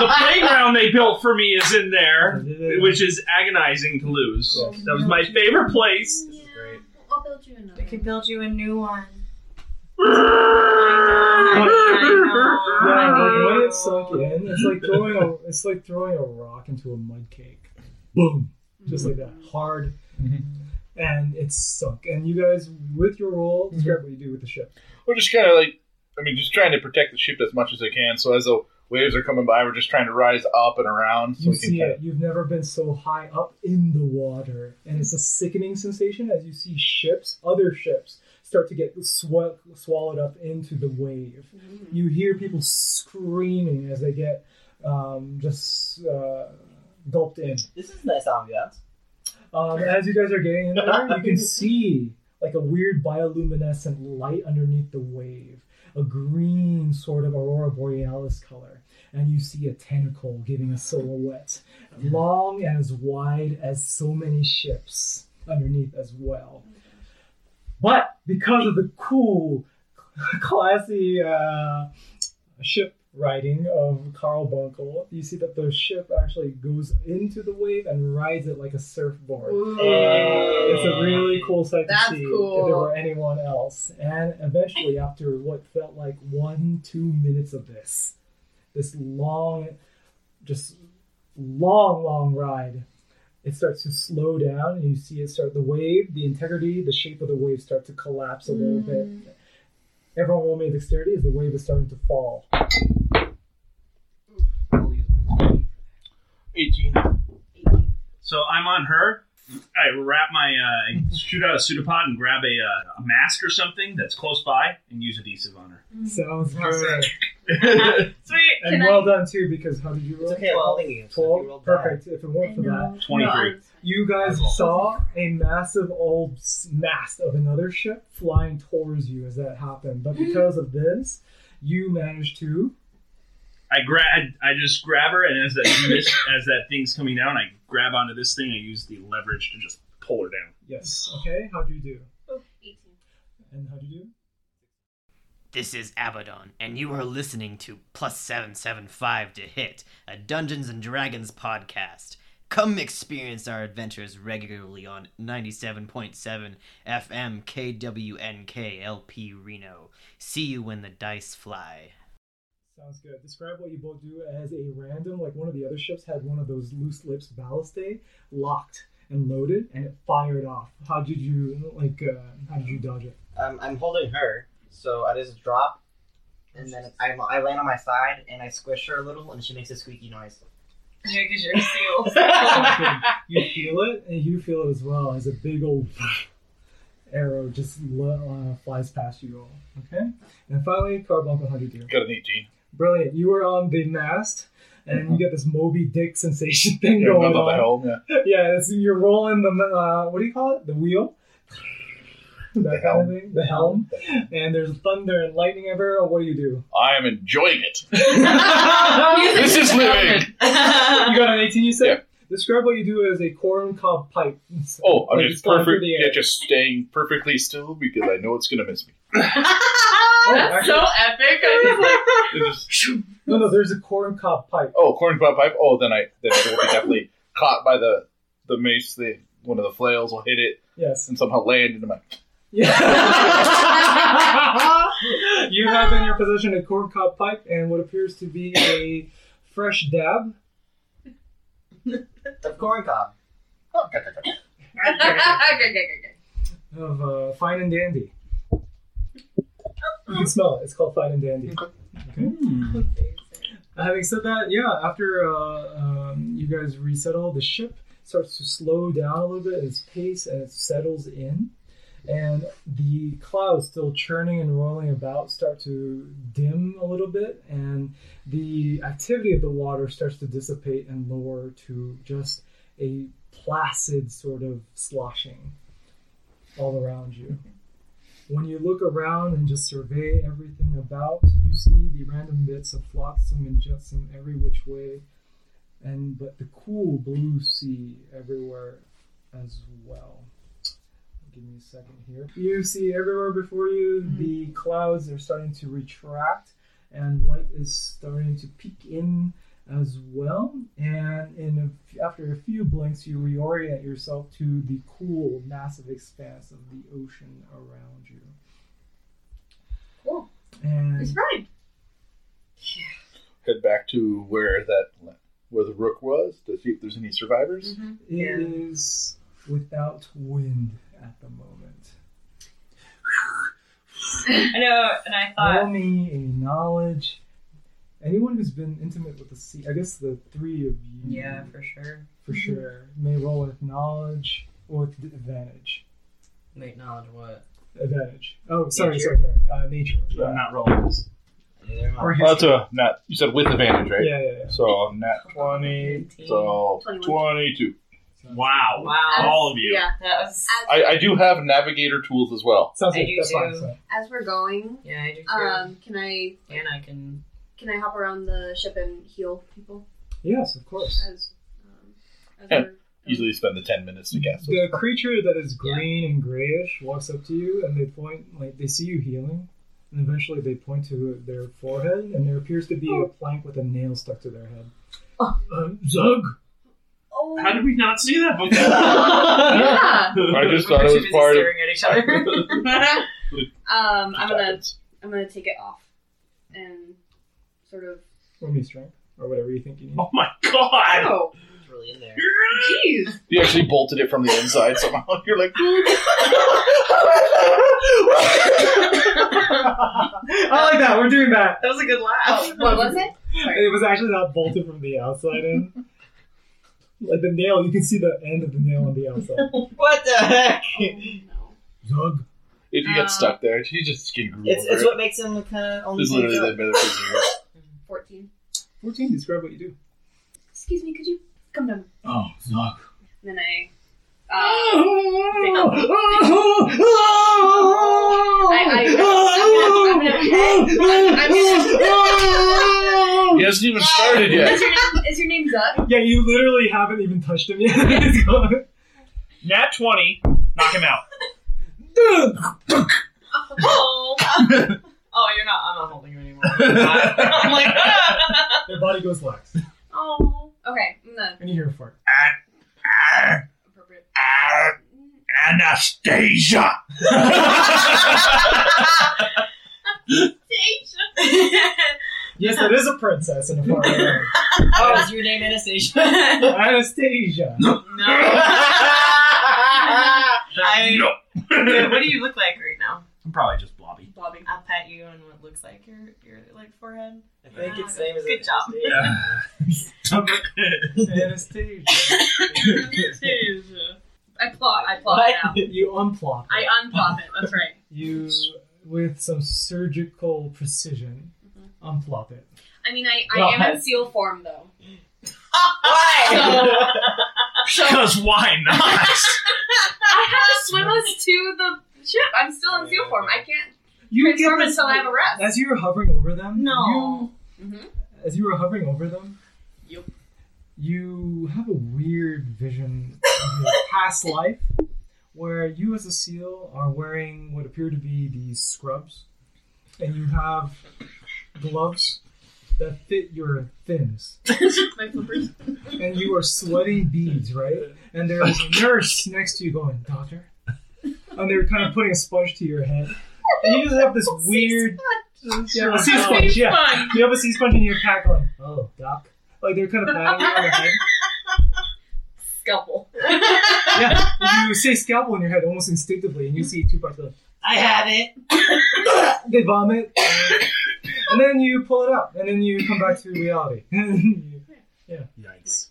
S9: the playground they built for me is in there,
S2: Which
S9: which is agonizing to lose.
S2: Yes.
S9: That was my favorite place.
S8: This is
S4: great.
S5: I'll build you another.
S8: They could build you a new one.
S2: yeah,
S8: I
S2: like when it's sunk in, it's like throwing a it's like throwing a rock into a mud cake. Boom. Just like that. Hard.
S6: Mm-hmm.
S2: And it's sunk. And you guys with your roll,
S6: Mm-hmm.
S2: describe what you do with the ship.
S6: we're just kind of like I mean, just trying to protect the ship as much as I can. So as the waves are coming by, we're just trying to rise up and around. So
S2: You
S6: we can
S2: see
S6: kinda-
S2: it. You've never been so high up in the water, and it's a sickening sensation as you see ships, other ships, start to get sw- swallowed up into the wave. You hear people screaming as they get um, just uh, gulped in.
S4: This is nice ambiance.
S2: Um, as you guys are getting in there, you can see like a weird bioluminescent light underneath the wave, a green sort of aurora borealis color, and you see a tentacle giving a silhouette, long and as wide as so many ships underneath as well. But because of the cool, classy uh, ship riding of Carl Bunkel, you see that the ship actually goes into the wave and rides it like a surfboard.
S4: Uh,
S2: It's a really cool sight
S8: That's
S2: to see if
S8: cool.
S2: there were anyone else. And eventually, after what felt like one, two minutes of this, this long, just long, long ride, it starts to slow down, and you see it start the wave, the integrity, the shape of the wave start to collapse a little bit. Everyone will make dexterity as the wave is starting to fall.
S6: 18.
S9: So I'm on her. I wrap my, uh, [LAUGHS] I shoot out a pseudopod and grab a, uh, a mask or something that's close by and use adhesive on
S2: [LAUGHS]
S9: her.
S2: Sounds good.
S8: Sweet.
S2: And
S5: Can
S2: well
S5: I-
S2: done too, because how did you roll?
S4: It's okay. I'm holding you. So if you roll
S2: 12?
S4: bad-
S2: Perfect. If it weren't for that,
S9: 23.
S2: You guys
S4: Eyeball.
S2: saw a massive old s- mast of another ship flying towards you as that happened, but because of this, you managed to
S9: I grab, I just grab her, and as that [COUGHS] mist, as that thing's coming down, I grab onto this thing. I use the leverage to just pull her down.
S2: Yes. Okay. How do you do?
S5: Oh, 18.
S2: And how do you do?
S11: This is Abaddon, and you are listening to Plus 775 to Hit, a Dungeons and Dragons podcast. Come experience our adventures regularly on 97.7 FM KWNKLP Reno. See you when the dice fly.
S2: Sounds good. Describe what you both do as a random, like one of the other ships had one of those loose lips ballistae locked and loaded, and it fired off. How did you like? Uh, how did you dodge it?
S4: Um, I'm holding her, so I just drop, and then I, I land on my side, and I squish her a little, and she makes a squeaky noise.
S8: Yeah, because you're a seal.
S2: you feel it, and you feel it as well as a big old [LAUGHS] arrow just lo- uh, flies past you all. Okay, and finally, Carbuncle, how do you do?
S6: Got an 18.
S2: Brilliant. You were on the mast, and you got this Moby Dick sensation [LAUGHS] thing
S6: Uh-huh. Yeah,
S2: going
S6: not the
S2: on.
S6: helm, yeah.
S2: yeah, it's, you're rolling the uh, what do you call it? The wheel. That kind
S6: helm.
S2: of thing. The helm. And there's thunder and lightning everywhere. What do you do?
S6: I am enjoying
S2: [LAUGHS]
S6: it.
S8: this [LAUGHS]
S6: this is living.
S2: you got an 18, you said?
S6: Yeah.
S2: Describe what you do as a corn cob
S6: [LAUGHS]
S2: pipe.
S6: Oh, I'm
S2: Like,
S6: just
S2: going through
S6: perfect.
S2: the
S6: Yeah,
S2: air.
S6: just staying perfectly still because I know it's gonna
S2: [LAUGHS]
S6: miss me.
S8: That's so epic. I
S6: It's just-
S2: No, no, there's a corn cob pipe.
S6: oh, corn cob pipe. Oh, then I then I will be definitely caught by the the mace. The one of the flails will hit it [LAUGHS]
S2: Yes. [LAUGHS]
S6: and somehow land into my.
S2: Yeah. [LAUGHS] you have in your possession a corn cob pipe and what appears to be a fresh dab.
S4: Of corn cob.
S5: okay, okay, okay, okay.
S2: of uh, Fine and Dandy. You can smell it. It's called Fine and Dandy. Okay. Having said that, yeah, after uh, um, you guys resettle, the ship starts to slow down a little bit in its pace and it settles in. And the clouds still churning and rolling about start to dim a little bit, and the activity of the water starts to dissipate and lower to just a placid sort of sloshing all around you. When you look around and just survey everything about, you see the random bits of flotsam and jetsam every which way, and but the cool blue sea everywhere as well. Give me a second here. You see everywhere before you the clouds are starting to retract, and light is starting to peek in as well. And in a f after a few blinks, you reorient yourself to the cool, massive expanse of the ocean around you.
S5: Cool.
S2: And
S8: It's Brian.
S6: Head back to where that where the rook was to see if there's any survivors.
S2: It is without wind at the moment.
S8: know, and I
S2: Roll
S8: thought
S2: me a knowledge. Anyone who's been intimate with the sea, I guess the three of you,
S8: Yeah, for sure. Mm-hmm.
S2: for sure, may roll with knowledge or with advantage.
S4: Wait, knowledge what?
S2: Advantage. Oh, sorry,
S4: Nature.
S2: sorry, sorry. Uh, nature. Yeah.
S9: I'm not rolling this.
S4: Neither am I.
S2: Or
S6: Well, that's a not. You said with advantage, right?
S2: yeah, yeah, yeah.
S6: So net twenty. So
S5: 21.
S6: twenty-two.
S9: Wow.
S8: Wow.
S5: Oh.
S9: All of you.
S5: Yeah.
S8: That was
S5: As,
S6: I, I do have navigator tools as well.
S2: Sounds
S8: I
S2: good.
S8: do
S2: That's fine.
S8: too.
S2: so-
S5: as we're going,
S8: yeah, I do too.
S5: um, can I
S8: and I can
S5: can I hop around the ship and heal people
S2: Yes, of course.
S5: as um, as
S6: Yeah.
S5: we're
S6: Easily spend the ten minutes to cast.
S2: The creature that is green and grayish walks up to you, and they point like they see you healing, and eventually they point to their forehead, and there appears to be a plank with a nail stuck to their head. Um, Zug.
S5: Oh,
S9: How did we not see
S2: [LAUGHS]
S9: that before?
S5: yeah. [LAUGHS]
S6: I just
S8: We were
S6: thought it
S8: too
S6: was
S8: busy
S6: part of.
S8: staring at each other.
S5: Um, I'm gonna
S6: Happens.
S5: I'm gonna take it off and sort of.
S2: Or me strength, or whatever you think you need.
S9: oh my god.
S5: Oh,
S4: It's really in there.
S5: jeez.
S6: You actually bolted it from the inside somehow. [LAUGHS] You're like,
S2: I like that. We're doing that.
S8: that was a good laugh.
S5: Oh, [LAUGHS] what was it?
S2: It was actually not bolted from the outside in. Like the nail, you can see the end of the nail on the outside.
S4: What the heck?
S5: Oh, no.
S2: Zug.
S6: if you
S5: Uh,
S6: get stuck there, you just skin grew
S4: It's,
S6: over
S4: it's
S6: it.
S4: what makes him kind of only.
S6: It's literally
S4: think [LAUGHS]
S6: that better for you.
S5: Fourteen.
S2: Fourteen. Describe what you do.
S5: Excuse me. Could you come down?
S2: Oh, Zug.
S5: And then I. Uh, I- I- I'm gonna- I'm gonna- I'm gonna-
S6: He hasn't even started yet.
S5: Is your name, is your name
S9: [LAUGHS]
S5: Zuck?
S2: Yeah, you literally haven't even touched him yet. [LAUGHS]
S9: Nat 20, knock him out.
S8: oh, oh, you're not. I'm not holding you anymore. I'm like,
S4: [LAUGHS]
S2: Their body goes lax.
S5: Oh. Okay, I'm done.
S2: And you hear a fart.
S6: Anastasia.
S2: Yes, that is a princess in a fart.
S8: oh, is your name Anastasia?
S2: Anastasia.
S8: no. I,
S9: [LAUGHS]
S8: Dude, what do you look like right now?
S3: I'm probably just blobby.
S8: Bobby, I'll pat you on what looks like your your like forehead.
S4: I think its name is
S8: Good job.
S2: Anastasia.
S5: I plot. I plot it
S2: [LAUGHS]
S5: out.
S2: you unplop.
S5: I unplop it. That's right.
S2: You, with some surgical precision,
S5: Mm-hmm.
S2: unplop it.
S5: I mean, I,
S2: Well,
S5: I am
S2: I-
S5: in seal form though. [LAUGHS]
S8: Why?
S9: Because why not?
S5: I
S8: [LAUGHS]
S5: have to swim us to the ship. I'm still in seal form. I can't.
S2: You get
S5: Transform
S2: the-
S5: until I have a rest.
S2: As you were hovering over them,
S8: No.
S5: Mhm.
S2: you- as you were hovering over them,
S8: Yep.
S2: you have a weird vision of
S5: [LAUGHS]
S2: your past life where you as a seal are wearing what appear to be these scrubs and you have gloves that fit your fins
S5: [LAUGHS] My
S8: [LAUGHS]
S5: flippers.
S2: and you are sweating beads right and there's a nurse next to you going doctor and they're kind of putting a sponge to your head and you just have this weird yeah, a sea
S8: Oh,
S2: sponge yeah
S8: Fun.
S2: you have a sea sponge in your pack like oh doc like they're kind of patting you on the head
S5: Scalpel.
S2: yeah, you say scalpel in your head almost instinctively, and you see two parts of them.
S8: I have it.
S2: [LAUGHS] They vomit, and then you pull it out, and then you come back to reality. [LAUGHS] you
S9: Yikes.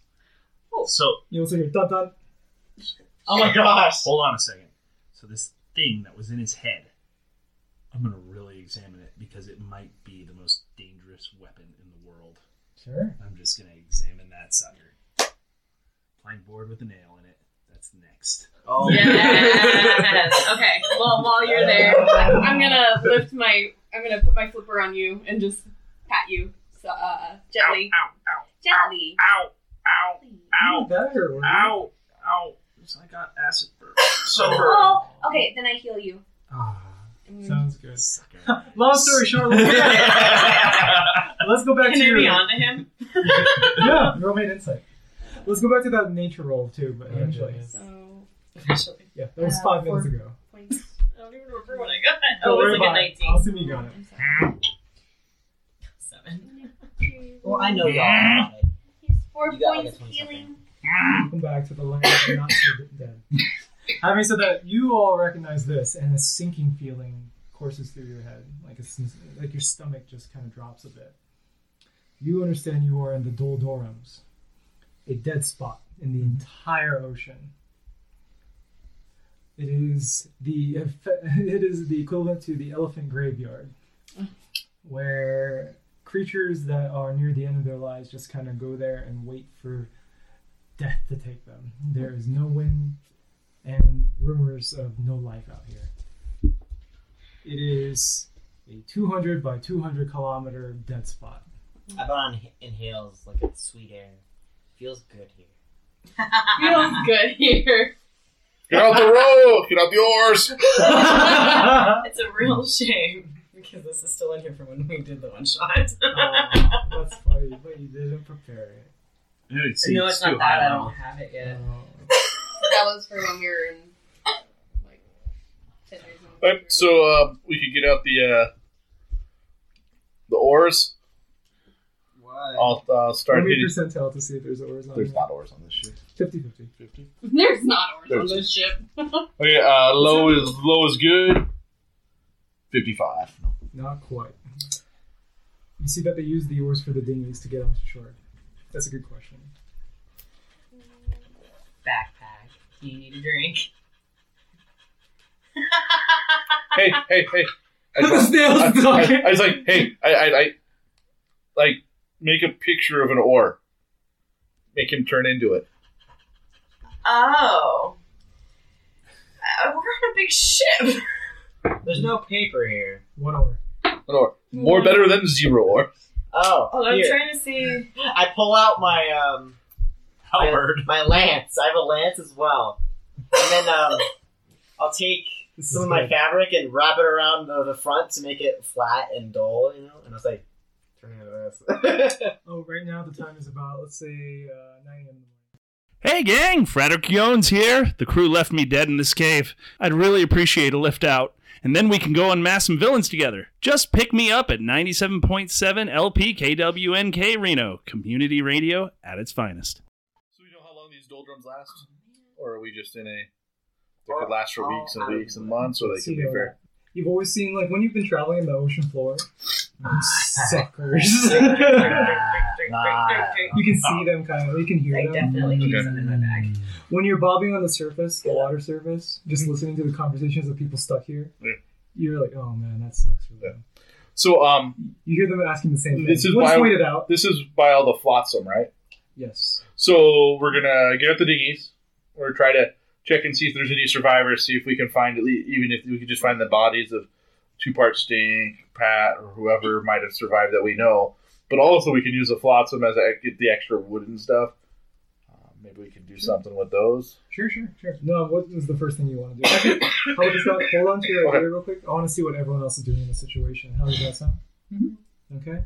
S9: So,
S2: you also hear dun dun.
S8: Oh my gosh.
S9: hold on a second. So, this thing that was in his head, I'm going to really examine it because it might be the most dangerous weapon in the world.
S2: Sure.
S9: I'm just going to examine that sucker. Blind board with a nail in it. That's next.
S4: [LAUGHS] Oh,
S5: [LAUGHS] Yes. Okay. Well, while you're there, I'm gonna lift my. I'm gonna put my flipper on you and just pat you so, uh, gently.
S9: Ow, ow,
S5: Gently.
S9: ow, ow, ow,
S2: That hurt. wouldn't it?
S9: ow, ow. So I got acid burn.
S5: [LAUGHS]
S7: [LAUGHS]
S9: Sunburn.
S5: Oh. Okay. Then I heal you.
S2: Ah,
S5: Mm.
S2: sounds good.
S9: Sucker.
S2: [LAUGHS] Long story
S8: [LAUGHS]
S2: short, let's let's go back
S8: Can
S2: to
S8: you
S2: your
S8: be on to him?
S2: yeah, roll made insight. Let's go back to that nature roll too, but eventually.
S5: So.
S2: Yeah, that was
S5: Uh,
S2: five minutes
S5: four.
S2: ago.
S5: Point.
S8: I don't even remember what I got. Oh,
S2: Don't
S8: it
S2: worry
S8: was like a
S2: about it. I'll
S8: 19.
S2: assume you got it.
S5: I'm sorry.
S8: Seven.
S4: Well, I know y'all got it.
S5: He's four
S4: You got like a
S5: points
S4: 20 something.
S5: healing.
S2: Welcome back to the land of not so dead. Having said that, you all recognize this, and a sinking feeling courses through your head, like a, sens- like your stomach just kind of drops a bit. You understand you are in the Doldorums, a dead spot in the entire ocean. It is the eff- [LAUGHS] it is the equivalent to the elephant graveyard, where creatures that are near the end of their lives just kind of go there and wait for death to take them. There is no wind and rumors of no life out here. It is a 200 by 200 kilometer dead spot.
S4: I bet on inhales like it's sweet air. Feels good here.
S5: Feels [LAUGHS] good here.
S6: Get out the rope. Get out the oars.
S8: It's a real shame because this is still in here from when we did the one shot.
S2: Aw, Oh, that's funny, but you didn't prepare it.
S8: no, it's not that. I don't have it yet.
S2: Oh.
S5: That was for when we were in like ten years. ago.
S6: All right, so uh, we could get out the uh, the oars.
S4: Why?
S6: I'll uh, start
S2: Let me
S6: hitting.
S2: percentile to see if there's oars on
S6: There's
S2: there.
S6: not oars on this shit.
S2: 50 50.
S6: Fifty.
S5: [LAUGHS] There's not ours on
S6: There's-
S5: this ship.
S6: Okay. Uh, low is low is good. Fifty-five.
S2: Not quite. You see that they use the oars for the dinghies to get onto shore. That's a good question.
S8: Backpack. You need a drink.
S6: Hey, hey, hey! [LAUGHS]
S2: [LAUGHS]
S6: I
S2: The
S6: dropped-
S2: snail's
S6: I- I-
S2: talking.
S6: I was like, hey, I, I, I, like, make a picture of an oar. Make him turn into it.
S8: Oh. Uh, we're on a big
S5: [LAUGHS]
S8: ship.
S4: There's no paper here.
S2: One oar.
S6: Mm. An oar. More better than zero oar.
S4: Oh,
S8: Oh, I'm
S4: here.
S8: trying to see.
S4: I pull out my um my-
S7: Halberd.
S4: my, lance. I have a lance as well, and then um, I'll take some of my fabric and wrap it around the, the front to make it flat and dull, you know. And I was like, turning it this.
S2: oh, right now the time is about let's say uh, nine a.m.
S7: Hey gang, Frederick Yones here. The crew left me dead in this cave. I'd really appreciate a lift out. And then we can go unmask some villains together. Just pick me up at 97.7 LP KWNK Reno, community radio at its finest.
S6: So we know how long these doldrums last, or are we just in a? They could last for weeks and weeks and months, or they could be very.
S2: You've always seen like when you've been traveling on the ocean floor, Ah. [LAUGHS] suckers. you can see them kind of. You can hear them.
S8: Definitely keep some in my bag.
S2: When you're bobbing on the surface, the water surface, just listening to the conversations of people stuck here, you're like, oh man, that sucks for them.
S6: So um,
S2: You hear them asking the same thing.
S6: this is
S2: Let's
S6: by
S2: wait it out.
S6: this is by all the flotsam, right?
S2: Yes.
S6: So we're gonna get up the dinghies. We're gonna try to check and see if there's any survivors. See if we can find at least, even if we can just find the bodies of two part stink, Pat, or whoever might have survived that we know. But also we can use the flotsam as a, get the extra wood and stuff. Uh, maybe we can do something with those.
S2: Sure, sure, sure. No, what is the first thing you want to do? [COUGHS] I think- How does that? Hold on to your idea real quick. I want to see what everyone else is doing in the situation. How does that sound? Okay.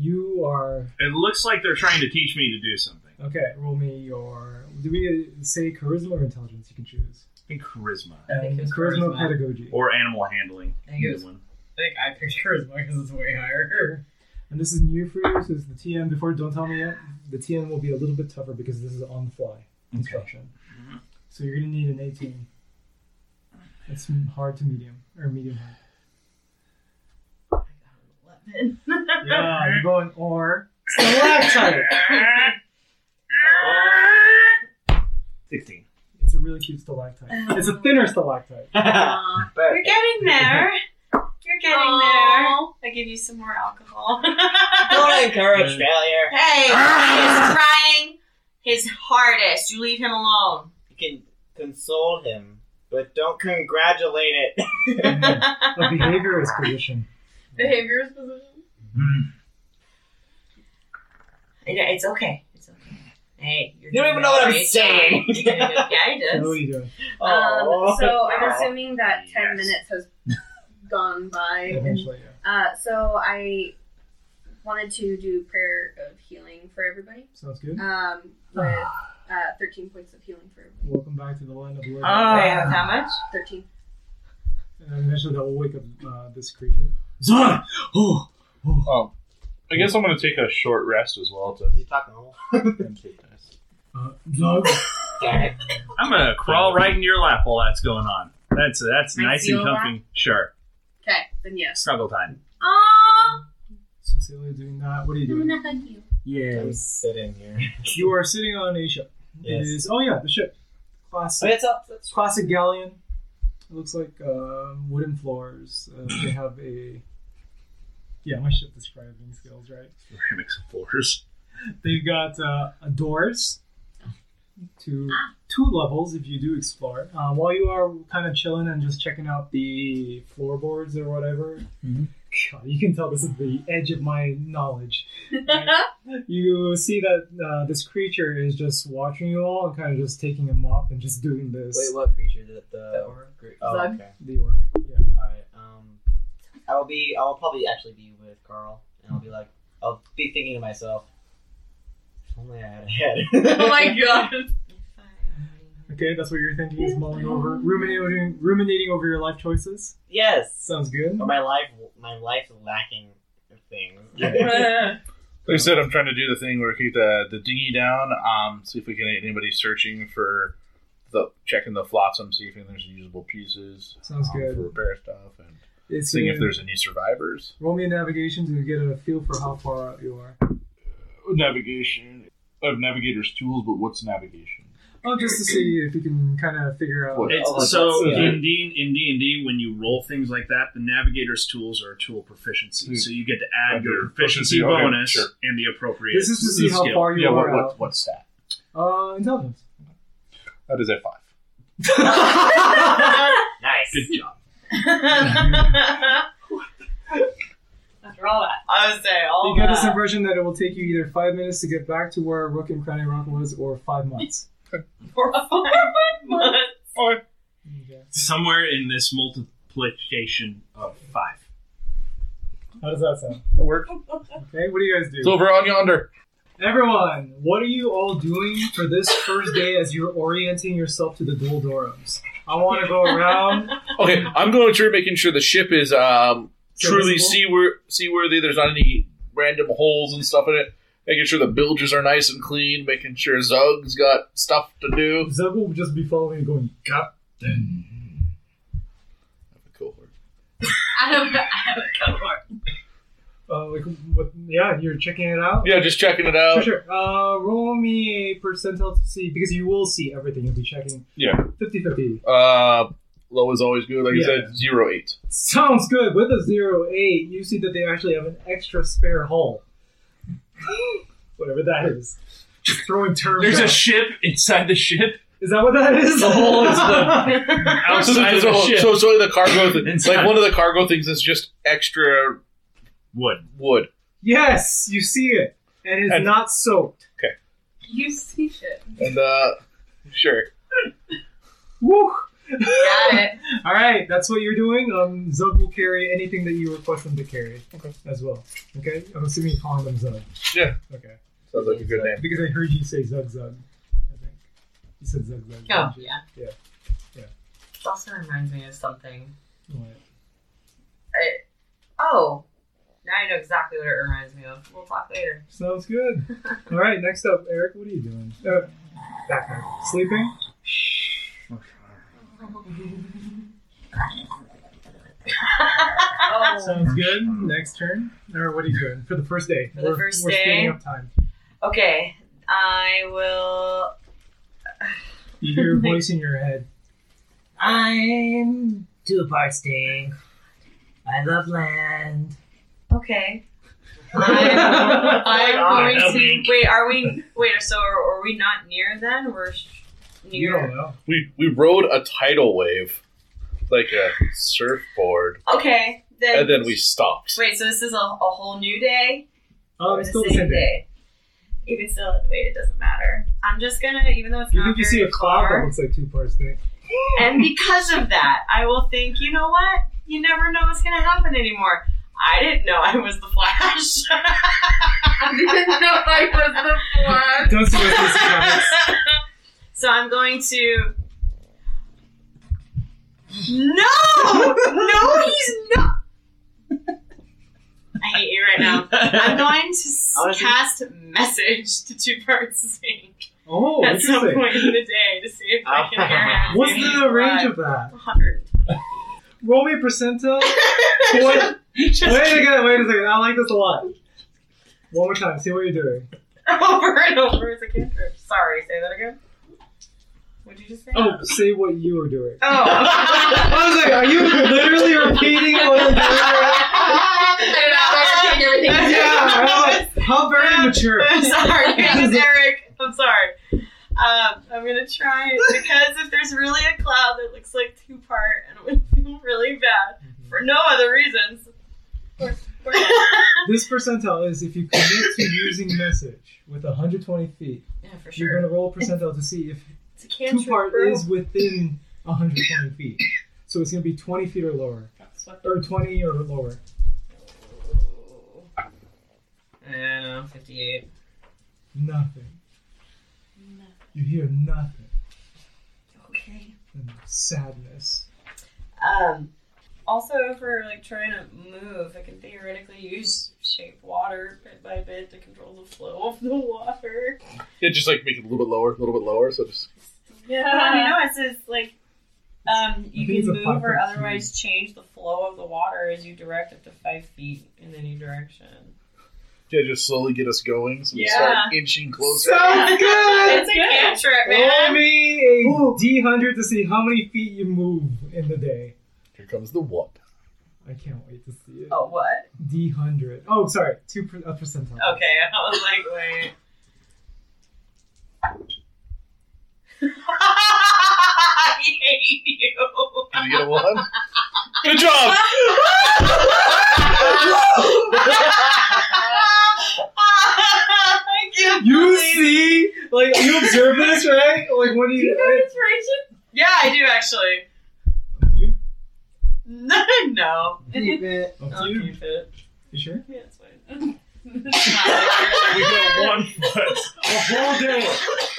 S2: You are
S9: It looks like they're trying to teach me to do something.
S2: okay. Roll me your. Do we say charisma or intelligence? You can choose.
S9: I think charisma.
S2: I think it's charisma, charisma. pedagogy.
S9: Or animal handling.
S2: I think
S9: Either
S2: it's-
S9: one.
S2: I think I picked charisma because it's way higher. [LAUGHS] And this is new for you. So it's the TM before. Don't tell me yet. The TM will be a little bit tougher because this is on the fly instruction. So you're gonna need an 18. It's hard to medium or medium hard. Yeah, you're going or stalactite.
S9: Sixteen.
S2: It's a really cute [LAUGHS] stalactite. It's a thinner [LAUGHS] stalactite.
S8: You're getting there. You're getting
S5: Aw.
S8: there. I give you some more alcohol. [LAUGHS]
S5: [LAUGHS]
S4: Don't encourage failure.
S8: hey, he's
S4: Ah.
S8: trying his hardest. You leave him alone.
S4: You can console him, but don't congratulate it.
S5: [LAUGHS]
S4: [LAUGHS]
S2: A behaviorist position.
S5: Behaviors position.
S8: It- it's okay. It's okay. Hey, you're
S4: You don't even know what I'm saying.
S8: [LAUGHS] yeah, he
S4: [LAUGHS]
S2: So what are
S8: does.
S2: you doing?
S4: Oh.
S5: Um, so I'm assuming that ten minutes has
S6: [LAUGHS]
S5: gone by.
S2: Eventually, yeah.
S5: Uh, so I wanted to do prayer of healing for everybody.
S2: Sounds good.
S5: Um, with
S6: Ah.
S5: uh, thirteen points of healing for everybody.
S2: Welcome back to the land of living.
S8: Wait, how much?
S5: Thirteen.
S2: and then eventually they'll wake up uh, this creature.
S9: Zon! Oh,
S6: Um, I guess I'm gonna take a short rest as well to
S4: Is he talking
S5: [LAUGHS]
S4: normal?
S6: take this.
S2: Uh, Zog,
S9: I'm gonna crawl right in your lap while that's going on. That's that's
S5: I
S9: nice and
S5: feel that.
S9: comfy. Sure.
S5: Okay, then yes.
S9: Snuggle time.
S5: Oh,
S2: Cecilia doing that. What are you
S5: I'm
S2: doing?
S5: gonna hug
S8: [LAUGHS]
S5: you.
S4: I'm
S2: Yes.
S4: sitting here.
S2: You are sitting on a ship.
S4: Yes.
S2: It is, oh yeah, the ship.
S4: Oh,
S2: Classic,
S4: it's up. It's
S2: classic galleon. It looks like um, wooden floors. Um, they have a. Yeah, my ship describing skills, right?
S9: Ceramic floors.
S2: They've got uh, a doors to two levels if you do explore. Uh, while you are kind of chilling and just checking out the floorboards or whatever,
S6: Mm-hmm.
S2: God, you can tell this is the edge of my knowledge.
S8: Oh
S2: you see that uh, this creature is just watching you all and kind of just taking a mop and just doing this.
S4: Wait, what creature is it? The, Gre- Oh,
S5: Zug.
S4: okay.
S2: The orc. Yeah.
S4: Alright, um, I'll be, I'll probably actually be with Carl, and I'll be like, I'll be thinking to myself, if only I had a [LAUGHS] head.
S5: Oh my god.
S2: Okay, that's what you're thinking is mulling over, ruminating, ruminating over your life choices.
S4: yes!
S2: Sounds good.
S4: Or my life, my life lacking things.
S6: Like I said, I'm trying to do the thing where we keep the, the dinghy down, um, see if we can get anybody searching for the checking the flotsam, see if there's usable pieces.
S2: Sounds
S6: um,
S2: good.
S6: for repair stuff and
S2: It's
S6: seeing if
S2: gonna-
S6: there's any survivors.
S2: Roll me a navigation to get a feel for how far out you are.
S6: Navigation. I have navigator's tools, but what's navigation?
S2: Oh, just to see if you can kind of figure out.
S6: What?
S9: It's,
S4: Oh,
S9: so
S4: that's-
S9: in D in D and D, when you roll things like that, the navigator's tools are a tool proficiency,
S6: Hmm.
S9: so you get to
S6: Okay,
S9: add your proficiency
S6: proficiency, okay,
S9: bonus
S6: sure.
S9: and the appropriate.
S2: This is to see how
S9: skill.
S2: far you
S6: yeah,
S2: are
S6: what, what
S2: out.
S6: what's that?
S2: Uh, [LAUGHS] intelligence.
S6: That is a five.
S4: [LAUGHS] nice.
S9: Good job.
S8: Roll that. I would say all
S2: You get this
S8: that.
S2: impression that it will take you either five minutes to get back to where Rook and Crowny Rock was, or five months.
S8: For five months.
S6: Or
S9: Somewhere in this multiplication of five.
S2: [LAUGHS] How does that sound? That work? Okay, what do you guys do?
S6: It's over on yonder.
S2: Everyone, what are you all doing for this first day as you're orienting yourself to the dual Dorums? I want to go [LAUGHS] around.
S6: Okay, I'm going through making sure the ship is um,
S2: So
S6: truly
S2: visible?
S6: seawor- seaworthy. There's not any random holes and stuff in it. Making sure the bilges are nice and clean. Making sure Zug's got stuff to do.
S2: Zug will just be following and going, Captain.
S6: Cool.
S8: I have, I have a cohort.
S2: Uh, like, what, yeah, you're checking it out?
S6: Yeah, just checking it out.
S2: Sure, sure. Uh, roll me a percentile to see, because you will see everything you'll be checking.
S6: Yeah.
S2: 50 50.
S6: Uh, low is always good. Like you
S2: Yeah.
S6: said, zero eight.
S2: Sounds good. With a zero eight, you see that they actually have an extra spare hull. [LAUGHS] Whatever that is. Just throwing terms.
S9: There's
S2: out.
S9: a ship inside the ship.
S2: Is that what that is?
S9: The hole
S2: the
S9: is [LAUGHS]
S6: So,
S9: outside of
S6: so,
S9: the ship.
S6: so, so the cargo,
S9: [LAUGHS]
S6: th-
S9: Inside.
S6: like one of the cargo things is just extra
S9: Wood.
S6: wood.
S2: [LAUGHS] Yes, you see it. And it's
S6: And-
S2: not soaked.
S5: You see shit.
S6: And uh, sure.
S2: Woo!
S8: Got
S2: [LAUGHS]
S8: it.
S2: Alright, that's what you're doing. Um Zug will carry anything that you request them to carry. Okay. As well. Okay? I'm assuming you calling them Zug.
S6: Yeah,
S2: Okay.
S6: sounds like a good name.
S2: Because I heard you say Zug Zug, I think. You said Zug Zug.
S8: Oh,
S2: didn't you?
S8: yeah.
S2: Yeah.
S8: This also reminds me of something.
S2: Alright.
S8: I, oh, now I know exactly what it reminds me of. We'll talk later.
S2: Sounds good. All right, next up, Eric, what are you doing? Uh, back Sleeping?
S5: Oh.
S8: [LAUGHS]
S2: Sounds good. Next turn. Or what are you doing for the first day?
S8: For the
S2: we're,
S8: first
S2: we're
S8: day?
S2: speeding up time.
S8: Okay, I will.
S2: You hear a voice in your
S8: [LAUGHS]
S2: head.
S8: I'm two parts ding. I love land. Okay. I'm, I'm
S2: God,
S8: going to wait. Are we wait? So are, are we not near then? We're sh-
S2: You don't
S8: near.
S2: know.
S6: We we rode a tidal wave, like a surfboard,
S8: Okay, then.
S6: and then we stopped.
S8: wait. So this is a, a whole new day.
S2: Oh,
S8: or
S2: it's still the same day.
S8: You can still wait. It doesn't matter. I'm just gonna, even though it's
S2: You
S8: not
S2: think you see
S8: very
S2: a cloud that
S8: far,
S2: looks like two parts day?
S8: [LAUGHS]
S2: [LAUGHS]
S8: and because of that, I will think. You know what? You never know what's gonna happen anymore. I didn't know I was the Flash. [LAUGHS]
S5: I didn't know I was the one.
S2: Don't see what this is, guys.
S8: so I'm going to. No! No, he's not! I hate you right now. I'm going to s-
S4: Honestly-
S8: cast message to two parts Inc.
S2: Oh,
S8: at some
S2: interesting.
S8: point in the day to see if I can
S2: [LAUGHS]
S8: hear him.
S2: What's the range of that?
S8: 100.
S2: Roll me a [LAUGHS] percentile. Boy, wait a second, wait a second. I like this a lot. One more time, see what you're doing.
S8: [LAUGHS] Over and over is a cantrip. Sorry, say that again. What'd you just say?
S2: Oh, say what you were doing. [LAUGHS]
S8: Oh. [LAUGHS]
S2: I was like, are you literally repeating what I'm doing?
S5: I'm not repeating everything.
S2: [LAUGHS] Yeah, I was like, how very [LAUGHS] mature.
S8: I'm sorry, Eric. I'm sorry. Um, I'm gonna try it because if there's really a cloud that looks like two part, and it would feel really bad for no other reasons.
S2: This percentile is if you commit to using message with 120 feet,
S8: Yeah, for
S2: you're going to roll percentile to see if
S8: It's a
S2: two
S8: cantrip,
S2: part
S8: bro.
S2: is within 120 feet. So it's going to be 20 feet or lower, or 20 or lower.
S8: I don't know, 58.
S2: Nothing. You hear nothing.
S8: Okay.
S2: And sadness.
S8: Um. Also, if we're like trying to move, I can theoretically use shape water bit by bit to control the flow of the water.
S6: Yeah, just like make it a little bit lower, a little bit lower. So just
S8: Yeah, but I mean, no, it's just like um,
S2: I think
S8: you
S2: it's a
S8: can move or
S2: 5.2.
S8: otherwise change the flow of the water as you direct up to five feet in any direction.
S6: yeah, just slowly get us going. So we
S8: Yeah.
S6: start inching closer.
S8: [LAUGHS]
S2: Sounds good!
S8: It's a cantrip,
S2: Roll
S8: man.
S2: me a D100 to see how many feet you move in the day.
S6: Here comes the what?
S2: I can't wait to see it.
S8: Oh, what?
S2: D100. Oh, sorry. 2 per- a percentile.
S8: Okay, I was like, wait. [LAUGHS] I hate you.
S6: Did you get a one?
S7: Good job.
S8: [LAUGHS]
S2: You see, like you observe this, right? Like
S8: [LAUGHS]
S2: when
S8: Do you have
S2: you
S8: inspiration? Yeah, I do actually. No, [LAUGHS] no.
S4: Keep it.
S8: I'll
S2: you.
S8: keep it.
S2: You sure?
S8: Yeah, it's fine. [LAUGHS]
S9: We got one
S8: [LAUGHS]
S9: foot.
S2: A whole day.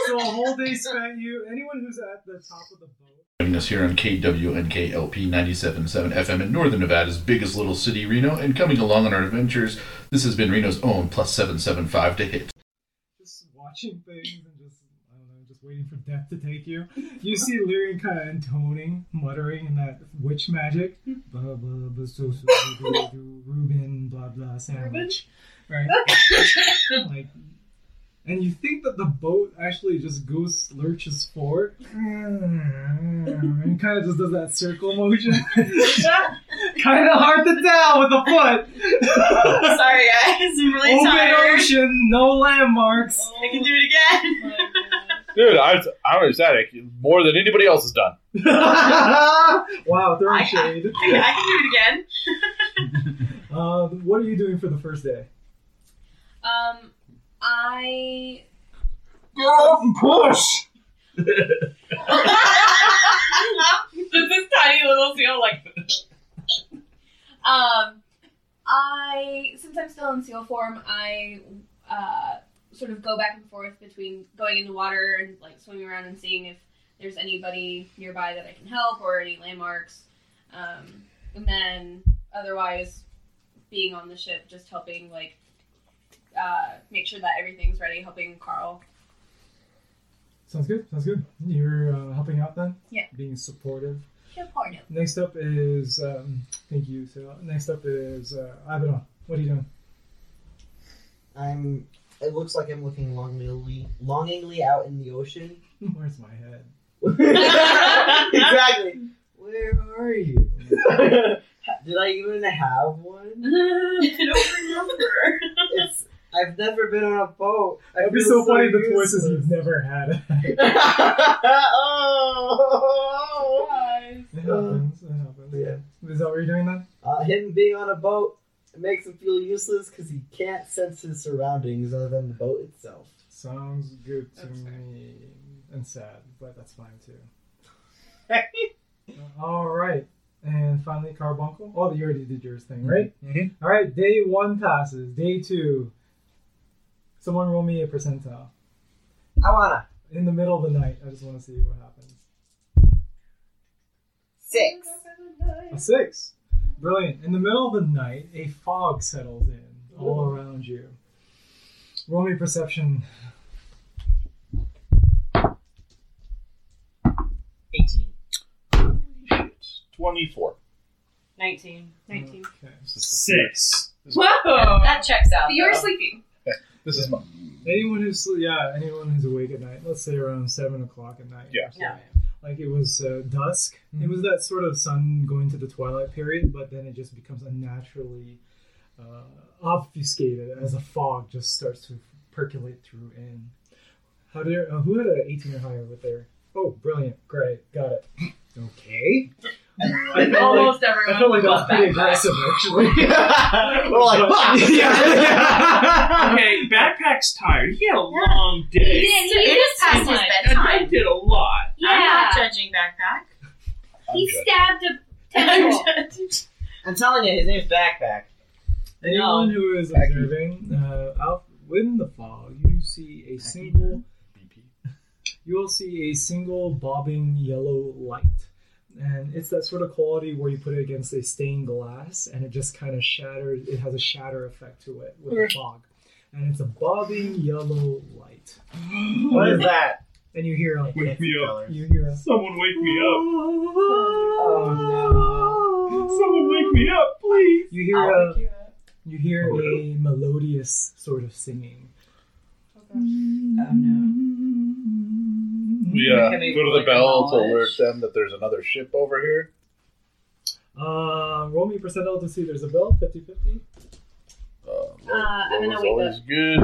S2: So a whole day spent you. Anyone who's at the top of the boat.
S12: Joining us here on KWNKLP 97.7 FM in Northern Nevada's biggest little city, Reno, and coming along on our adventures, this has been Reno's own plus 775 to hit.
S2: just watching things and just I don't know, just waiting for death to take you. You see Lyrian kind of intoning, muttering in that witch magic,
S8: Mm-hmm.
S2: blah blah blah, so so do, do, do, Reuben blah blah sandwich,
S8: [LAUGHS]
S2: right? like, and you think that the boat actually just goes lurches
S8: [LAUGHS]
S2: forward, and kind of just does that
S8: [LAUGHS]
S2: circle motion. [LAUGHS] kind of hard to tell with the foot.
S8: Sorry, guys. I'm [LAUGHS] really [LAUGHS]
S2: Open
S8: tired.
S2: ocean, no landmarks.
S8: I can do it again.
S6: Dude, I, I'm ecstatic more than anybody else has done.
S2: [LAUGHS] wow, throwing shade.
S8: I, I can do it again.
S2: Um, what are you doing for the first day?
S5: Um,
S8: [LAUGHS]
S5: I
S2: Get up and push.
S8: Just this tiny little seal, like.
S5: um, I since I'm still in seal form, I uh sort of go back and forth between going in the water and like swimming around and seeing if there's anybody nearby that I can help or any landmarks, um, and then otherwise being on the ship, just helping like uh make sure that everything's ready, helping Carl.
S2: Sounds good. Sounds good. You're uh, helping out then.
S5: Yeah.
S2: Being supportive.
S5: Support him.
S2: Next up is um, thank you. So next up is uh, Ivanov. What are you doing? [LAUGHS]
S4: I'm. It looks like I'm looking longingly, longingly out in the ocean.
S8: [LAUGHS]
S4: [LAUGHS]
S2: Where's my head?
S4: exactly. Where are
S8: [LAUGHS]
S4: you? Did I even have
S5: [LAUGHS]
S4: one?
S8: I don't remember.
S4: It's. I've never been on a boat. I
S2: That'd be
S4: feel
S2: so funny. The
S4: useless.
S2: voices you've never had. [LAUGHS] it
S4: [LAUGHS] oh.
S2: happens. It happens.
S4: Yeah.
S2: Is that what you're doing then?
S4: Uh, him being on a boat makes him feel useless because he can't sense his surroundings other than the boat itself.
S2: Sounds good to
S8: That's fair.
S2: me. And sad, but that's fine
S8: [LAUGHS]
S2: too. All right. And finally, Carbuncle. Oh, you already did yours thing, right?
S6: Mhm.
S2: All right. Day one passes. Day two. Someone roll me a percentile.
S4: I wanna
S2: In the middle of the night, I just want to see what happens.
S4: six.
S2: A six. Brilliant. In the middle of the night, a fog settles in all around you. Roll me perception.
S4: 18.
S6: 24.
S8: 19. 19.
S2: Okay.
S9: Six.
S8: Whoa! That checks out.
S5: You're
S8: though.
S5: sleeping.
S6: This is my.
S2: Anyone who's yeah, anyone who's awake at night, let's say around seven o'clock at night.
S6: Yeah.
S8: Yeah.
S2: Like it was uh, dusk. It
S4: Mm-hmm.
S2: was that sort of sun going to the twilight period, but then it just becomes unnaturally uh, obfuscated as a fog just starts to percolate through. And how did uh, who had an eighteen or higher with their? Oh, brilliant! Great, got it. Okay. I felt like,
S8: Almost everyone.
S2: I felt like that was
S8: was back.
S2: pretty
S4: [LAUGHS]
S2: aggressive, actually. [LAUGHS]
S4: We're like,
S2: But- [LAUGHS]
S4: fuck! [LAUGHS]
S2: yeah.
S9: Okay, backpack's tired. He had a long day.
S5: did.
S8: It is past his
S9: And
S8: bedtime.
S9: I did a lot.
S8: I'm not judging backpack.
S5: He
S6: I'm good.
S5: stabbed a tentacle.
S4: I'm telling you, his name's Backpack.
S2: Anyone who is observing uh, out within the fog, you see a single. [LAUGHS] You will see a single bobbing yellow light, and it's that sort of quality where you put it against a stained glass, and it just kind of shatters. It has a shatter effect to it with the fog, and it's a bobbing yellow light.
S4: [GASPS] What is that?
S2: And you hear like
S9: Wake me up.
S2: you hear. A,
S9: Someone wake me up.
S4: Oh
S9: Someone wake me up, please.
S2: you hear a, you hear
S6: Oh,
S2: a melodious sort of singing.
S8: Oh no.
S6: We uh, go
S4: Can we
S6: to the
S4: like
S6: bell to
S4: acknowledge?
S6: alert them that there's another ship over here.
S2: Uh, roll me percentile to see there's a bell, 50-50.
S6: Uh, low,
S5: I'm
S6: low
S5: gonna
S6: is
S5: wake
S6: always good.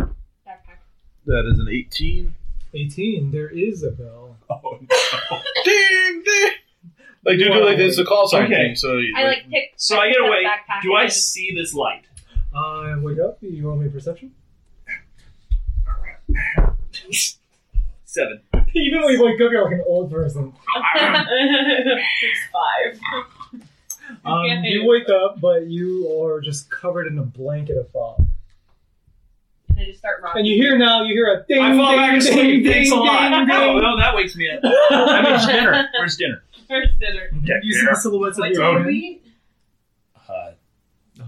S5: Backpack.
S6: That is an 18.
S2: 18, there is a bell.
S6: Ding, ding. Like, dude, like this is a call sign
S9: Okay.
S6: thing. So, you-
S5: I like pick.
S9: So I
S5: pick
S9: get
S5: up
S9: away.
S5: backpack
S9: Do I
S5: and-
S9: see this light?
S2: Uh, wake up. You want me perception? [LAUGHS]
S9: [LAUGHS] Seven.
S2: Even when you wake up, you're like an old
S9: [LAUGHS]
S2: person.
S8: [LAUGHS] five.
S2: Um,
S8: Okay.
S2: You wake up, but you are just covered in a blanket of fog.
S5: And I just start rocking.
S2: And you hear now, you hear a ding,
S9: I fall
S2: ding,
S9: back
S2: ding,
S9: asleep.
S2: ding,
S9: Thanks a
S2: ding,
S9: lot.
S2: ding.
S9: No,
S6: [LAUGHS]
S9: no, that
S2: [LAUGHS]
S9: wakes me up. That makes dinner. Where's dinner?
S5: First dinner.
S9: Yeah,
S2: You see the silhouettes of
S8: What
S2: your
S8: did
S2: friends.
S8: we?
S9: Uh,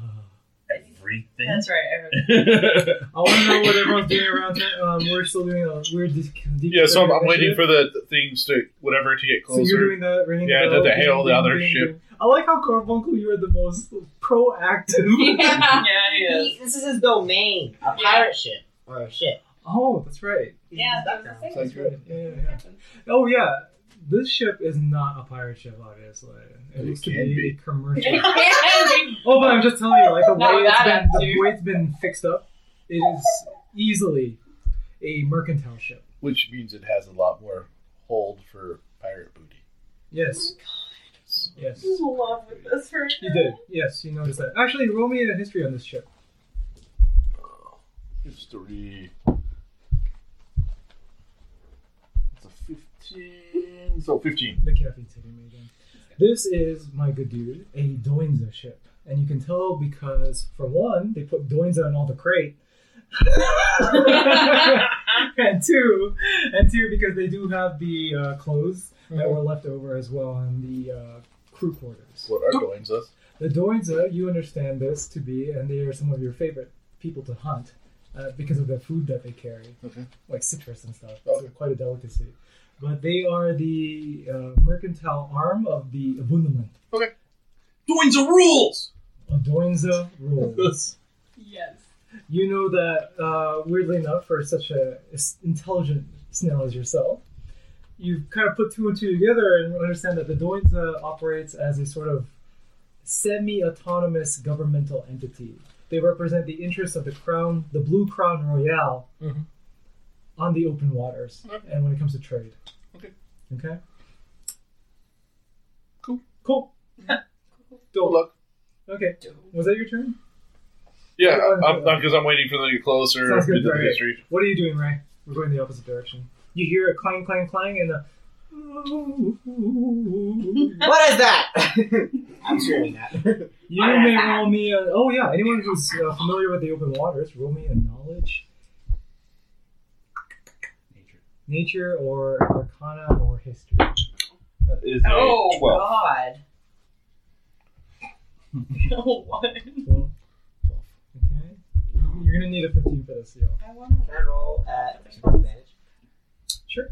S9: everything.
S8: That's right. I remember.
S9: [LAUGHS]
S2: I want to know what everyone's doing around that. Um, we're still doing a weird. Dis- deep
S6: yeah, so I'm, I'm waiting
S2: initiative.
S6: for the, the things to whatever to get
S2: So you're
S6: closer.
S2: doing the ringing
S6: Yeah, I
S2: bell,
S6: did the hail, the
S2: ding,
S6: other
S2: ding,
S6: ship.
S2: ding. I like how Carbuncle, you are the most proactive.
S5: [LAUGHS]
S2: [LAUGHS]
S5: Yeah.
S8: Yeah, he is.
S4: He- this is his domain. A pirate
S5: Yeah.
S4: ship or a ship.
S2: oh, that's right.
S5: Yeah, that was the
S2: That's
S5: thing.
S2: right. Yeah, yeah, yeah. Oh yeah, this ship is not a pirate ship, obviously. It,
S6: It
S2: looks to
S6: can
S2: be,
S6: be.
S2: a
S5: [LAUGHS]
S8: [LAUGHS]
S2: commercial.
S5: Yeah.
S2: oh, but I'm just telling you, like the
S5: Not
S2: way
S5: with
S2: it's
S5: that
S2: been, the
S5: attitude.
S2: way it's been fixed up, it is easily a mercantile ship.
S6: Which means it has a lot more hold for pirate booty.
S2: Yes,
S5: Oh
S8: I'm
S2: yes.
S8: in love with this right
S2: You did. Yes, you noticed that. Actually, roll me a history on this ship.
S6: History. It's a 15. So 15.
S2: The caffeine's hitting me again. This is, my good dude, a Doinza ship. And you can tell because, for one, they put Doinza on all the crate. [LAUGHS] and two, and two, because they do have the uh, clothes that were left over as well in the uh, crew quarters.
S6: What are doings us?
S2: The Doinza, you understand this to be, and they are some of your favorite people to hunt uh, because of the food that they carry,
S6: Okay.
S2: like citrus and stuff. It's quite a delicacy. But they are the uh, mercantile arm of the Abundaland.
S6: Doings the rules!
S2: Doinza rules.
S8: Yes.
S2: you know that, uh, weirdly enough, for such a s- intelligent snail as yourself, you kind of put two and two together and understand that the Doinza operates as a sort of semi-autonomous governmental entity. They represent the interests of the crown, the Blue Crown Royale,
S6: Mm-hmm.
S2: on the open waters, and when it comes to trade.
S6: Okay.
S2: Okay.
S6: Cool.
S2: Cool.
S6: Good luck.
S2: Okay. Was that your turn?
S6: Yeah, I'm because I'm waiting for them to get closer.
S2: Sounds good,
S6: into the
S2: right.
S6: history.
S2: What are you doing, Ray? We're going the opposite direction. You hear a clang, clang, clang, and a.
S4: What is that? I'm screaming that.
S2: You may roll me a. Oh, yeah. Anyone who's uh, familiar with the open waters, roll me a knowledge,
S3: Nature.
S2: nature, or arcana, or history.
S6: That is a
S8: Oh
S6: 12.
S8: God. no one.
S2: Well, okay. You're going to need a 15 for this, y'all.
S8: I want
S4: Can I roll at disadvantage?
S2: Sure.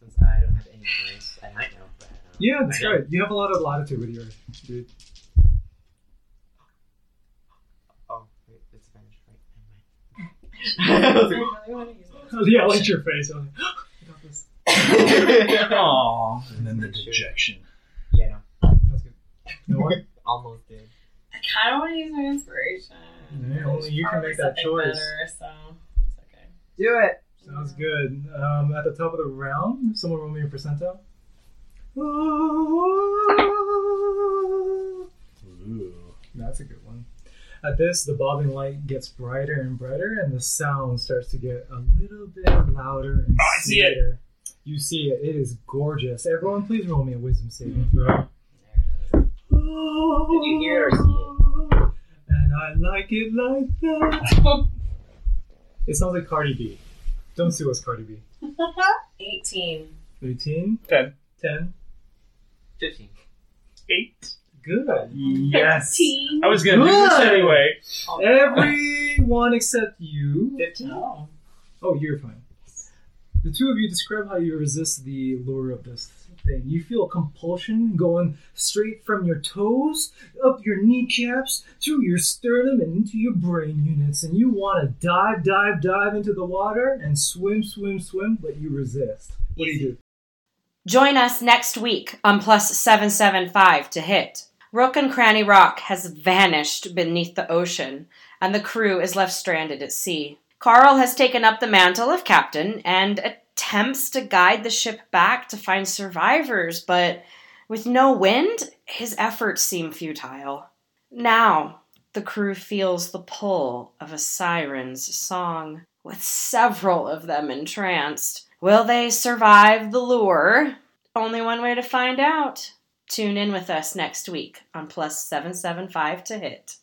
S4: Since I don't have any words, I might know, but I don't.
S2: Yeah, that's right. You have a lot of latitude with yours, dude.
S4: Oh, wait, disadvantage, right?
S8: to. I want to use it.
S2: Yeah, I liked your face. [LAUGHS] I'm like, I
S3: [LAUGHS]
S2: got this.
S4: Never mind.
S9: Aww.
S3: And then the dejection.
S4: yeah, no.
S2: That's good. You know what?
S4: Almost did.
S8: I kind of want to use my inspiration.
S2: Yeah, only you can
S8: Probably
S2: make that
S8: something
S2: choice.
S8: Better, so it's okay.
S4: Do it.
S2: Sounds good. Um, at the top of the round, someone roll me a percentile.
S3: Ooh.
S2: That's a good one. At this, the bobbing light gets brighter and brighter, and the sound starts to get a little bit louder and
S9: Oh, I see it.
S2: sweeter. You see it. It is gorgeous. Everyone, please roll me a wisdom saving throw. Did
S4: you hear it or see
S2: it? And I like it like that. it sounds like Cardi B. Don't sue us, Cardi B.
S8: 18.
S2: 18,
S6: Ten.
S2: 10.
S4: Fifteen.
S9: Eight.
S2: Good.
S9: Yes.
S5: Teen.
S9: I was gonna do this
S2: Good.
S9: anyway.
S2: [LAUGHS] Everyone except you.
S4: Fifteen.
S8: Oh.
S2: Oh, you're fine. The two of you describe how you resist the lure of this thing. You feel compulsion going straight from your toes, up your kneecaps, through your sternum, and into your brain units. And you want to dive, dive, dive into the water and swim, swim, swim, but you resist. What do you do?
S1: Join us next week on Plus 775 to hit. Rook and Cranny Rock has vanished beneath the ocean, and the crew is left stranded at sea. Carl has taken up the mantle of captain and attempts to guide the ship back to find survivors, but
S8: With no wind, his efforts seem futile. Now, the crew feels the pull of a siren's song, with several of them entranced. Will they survive the lure? Only one way to find out. Tune in with us next week on Plus 775 to Hit.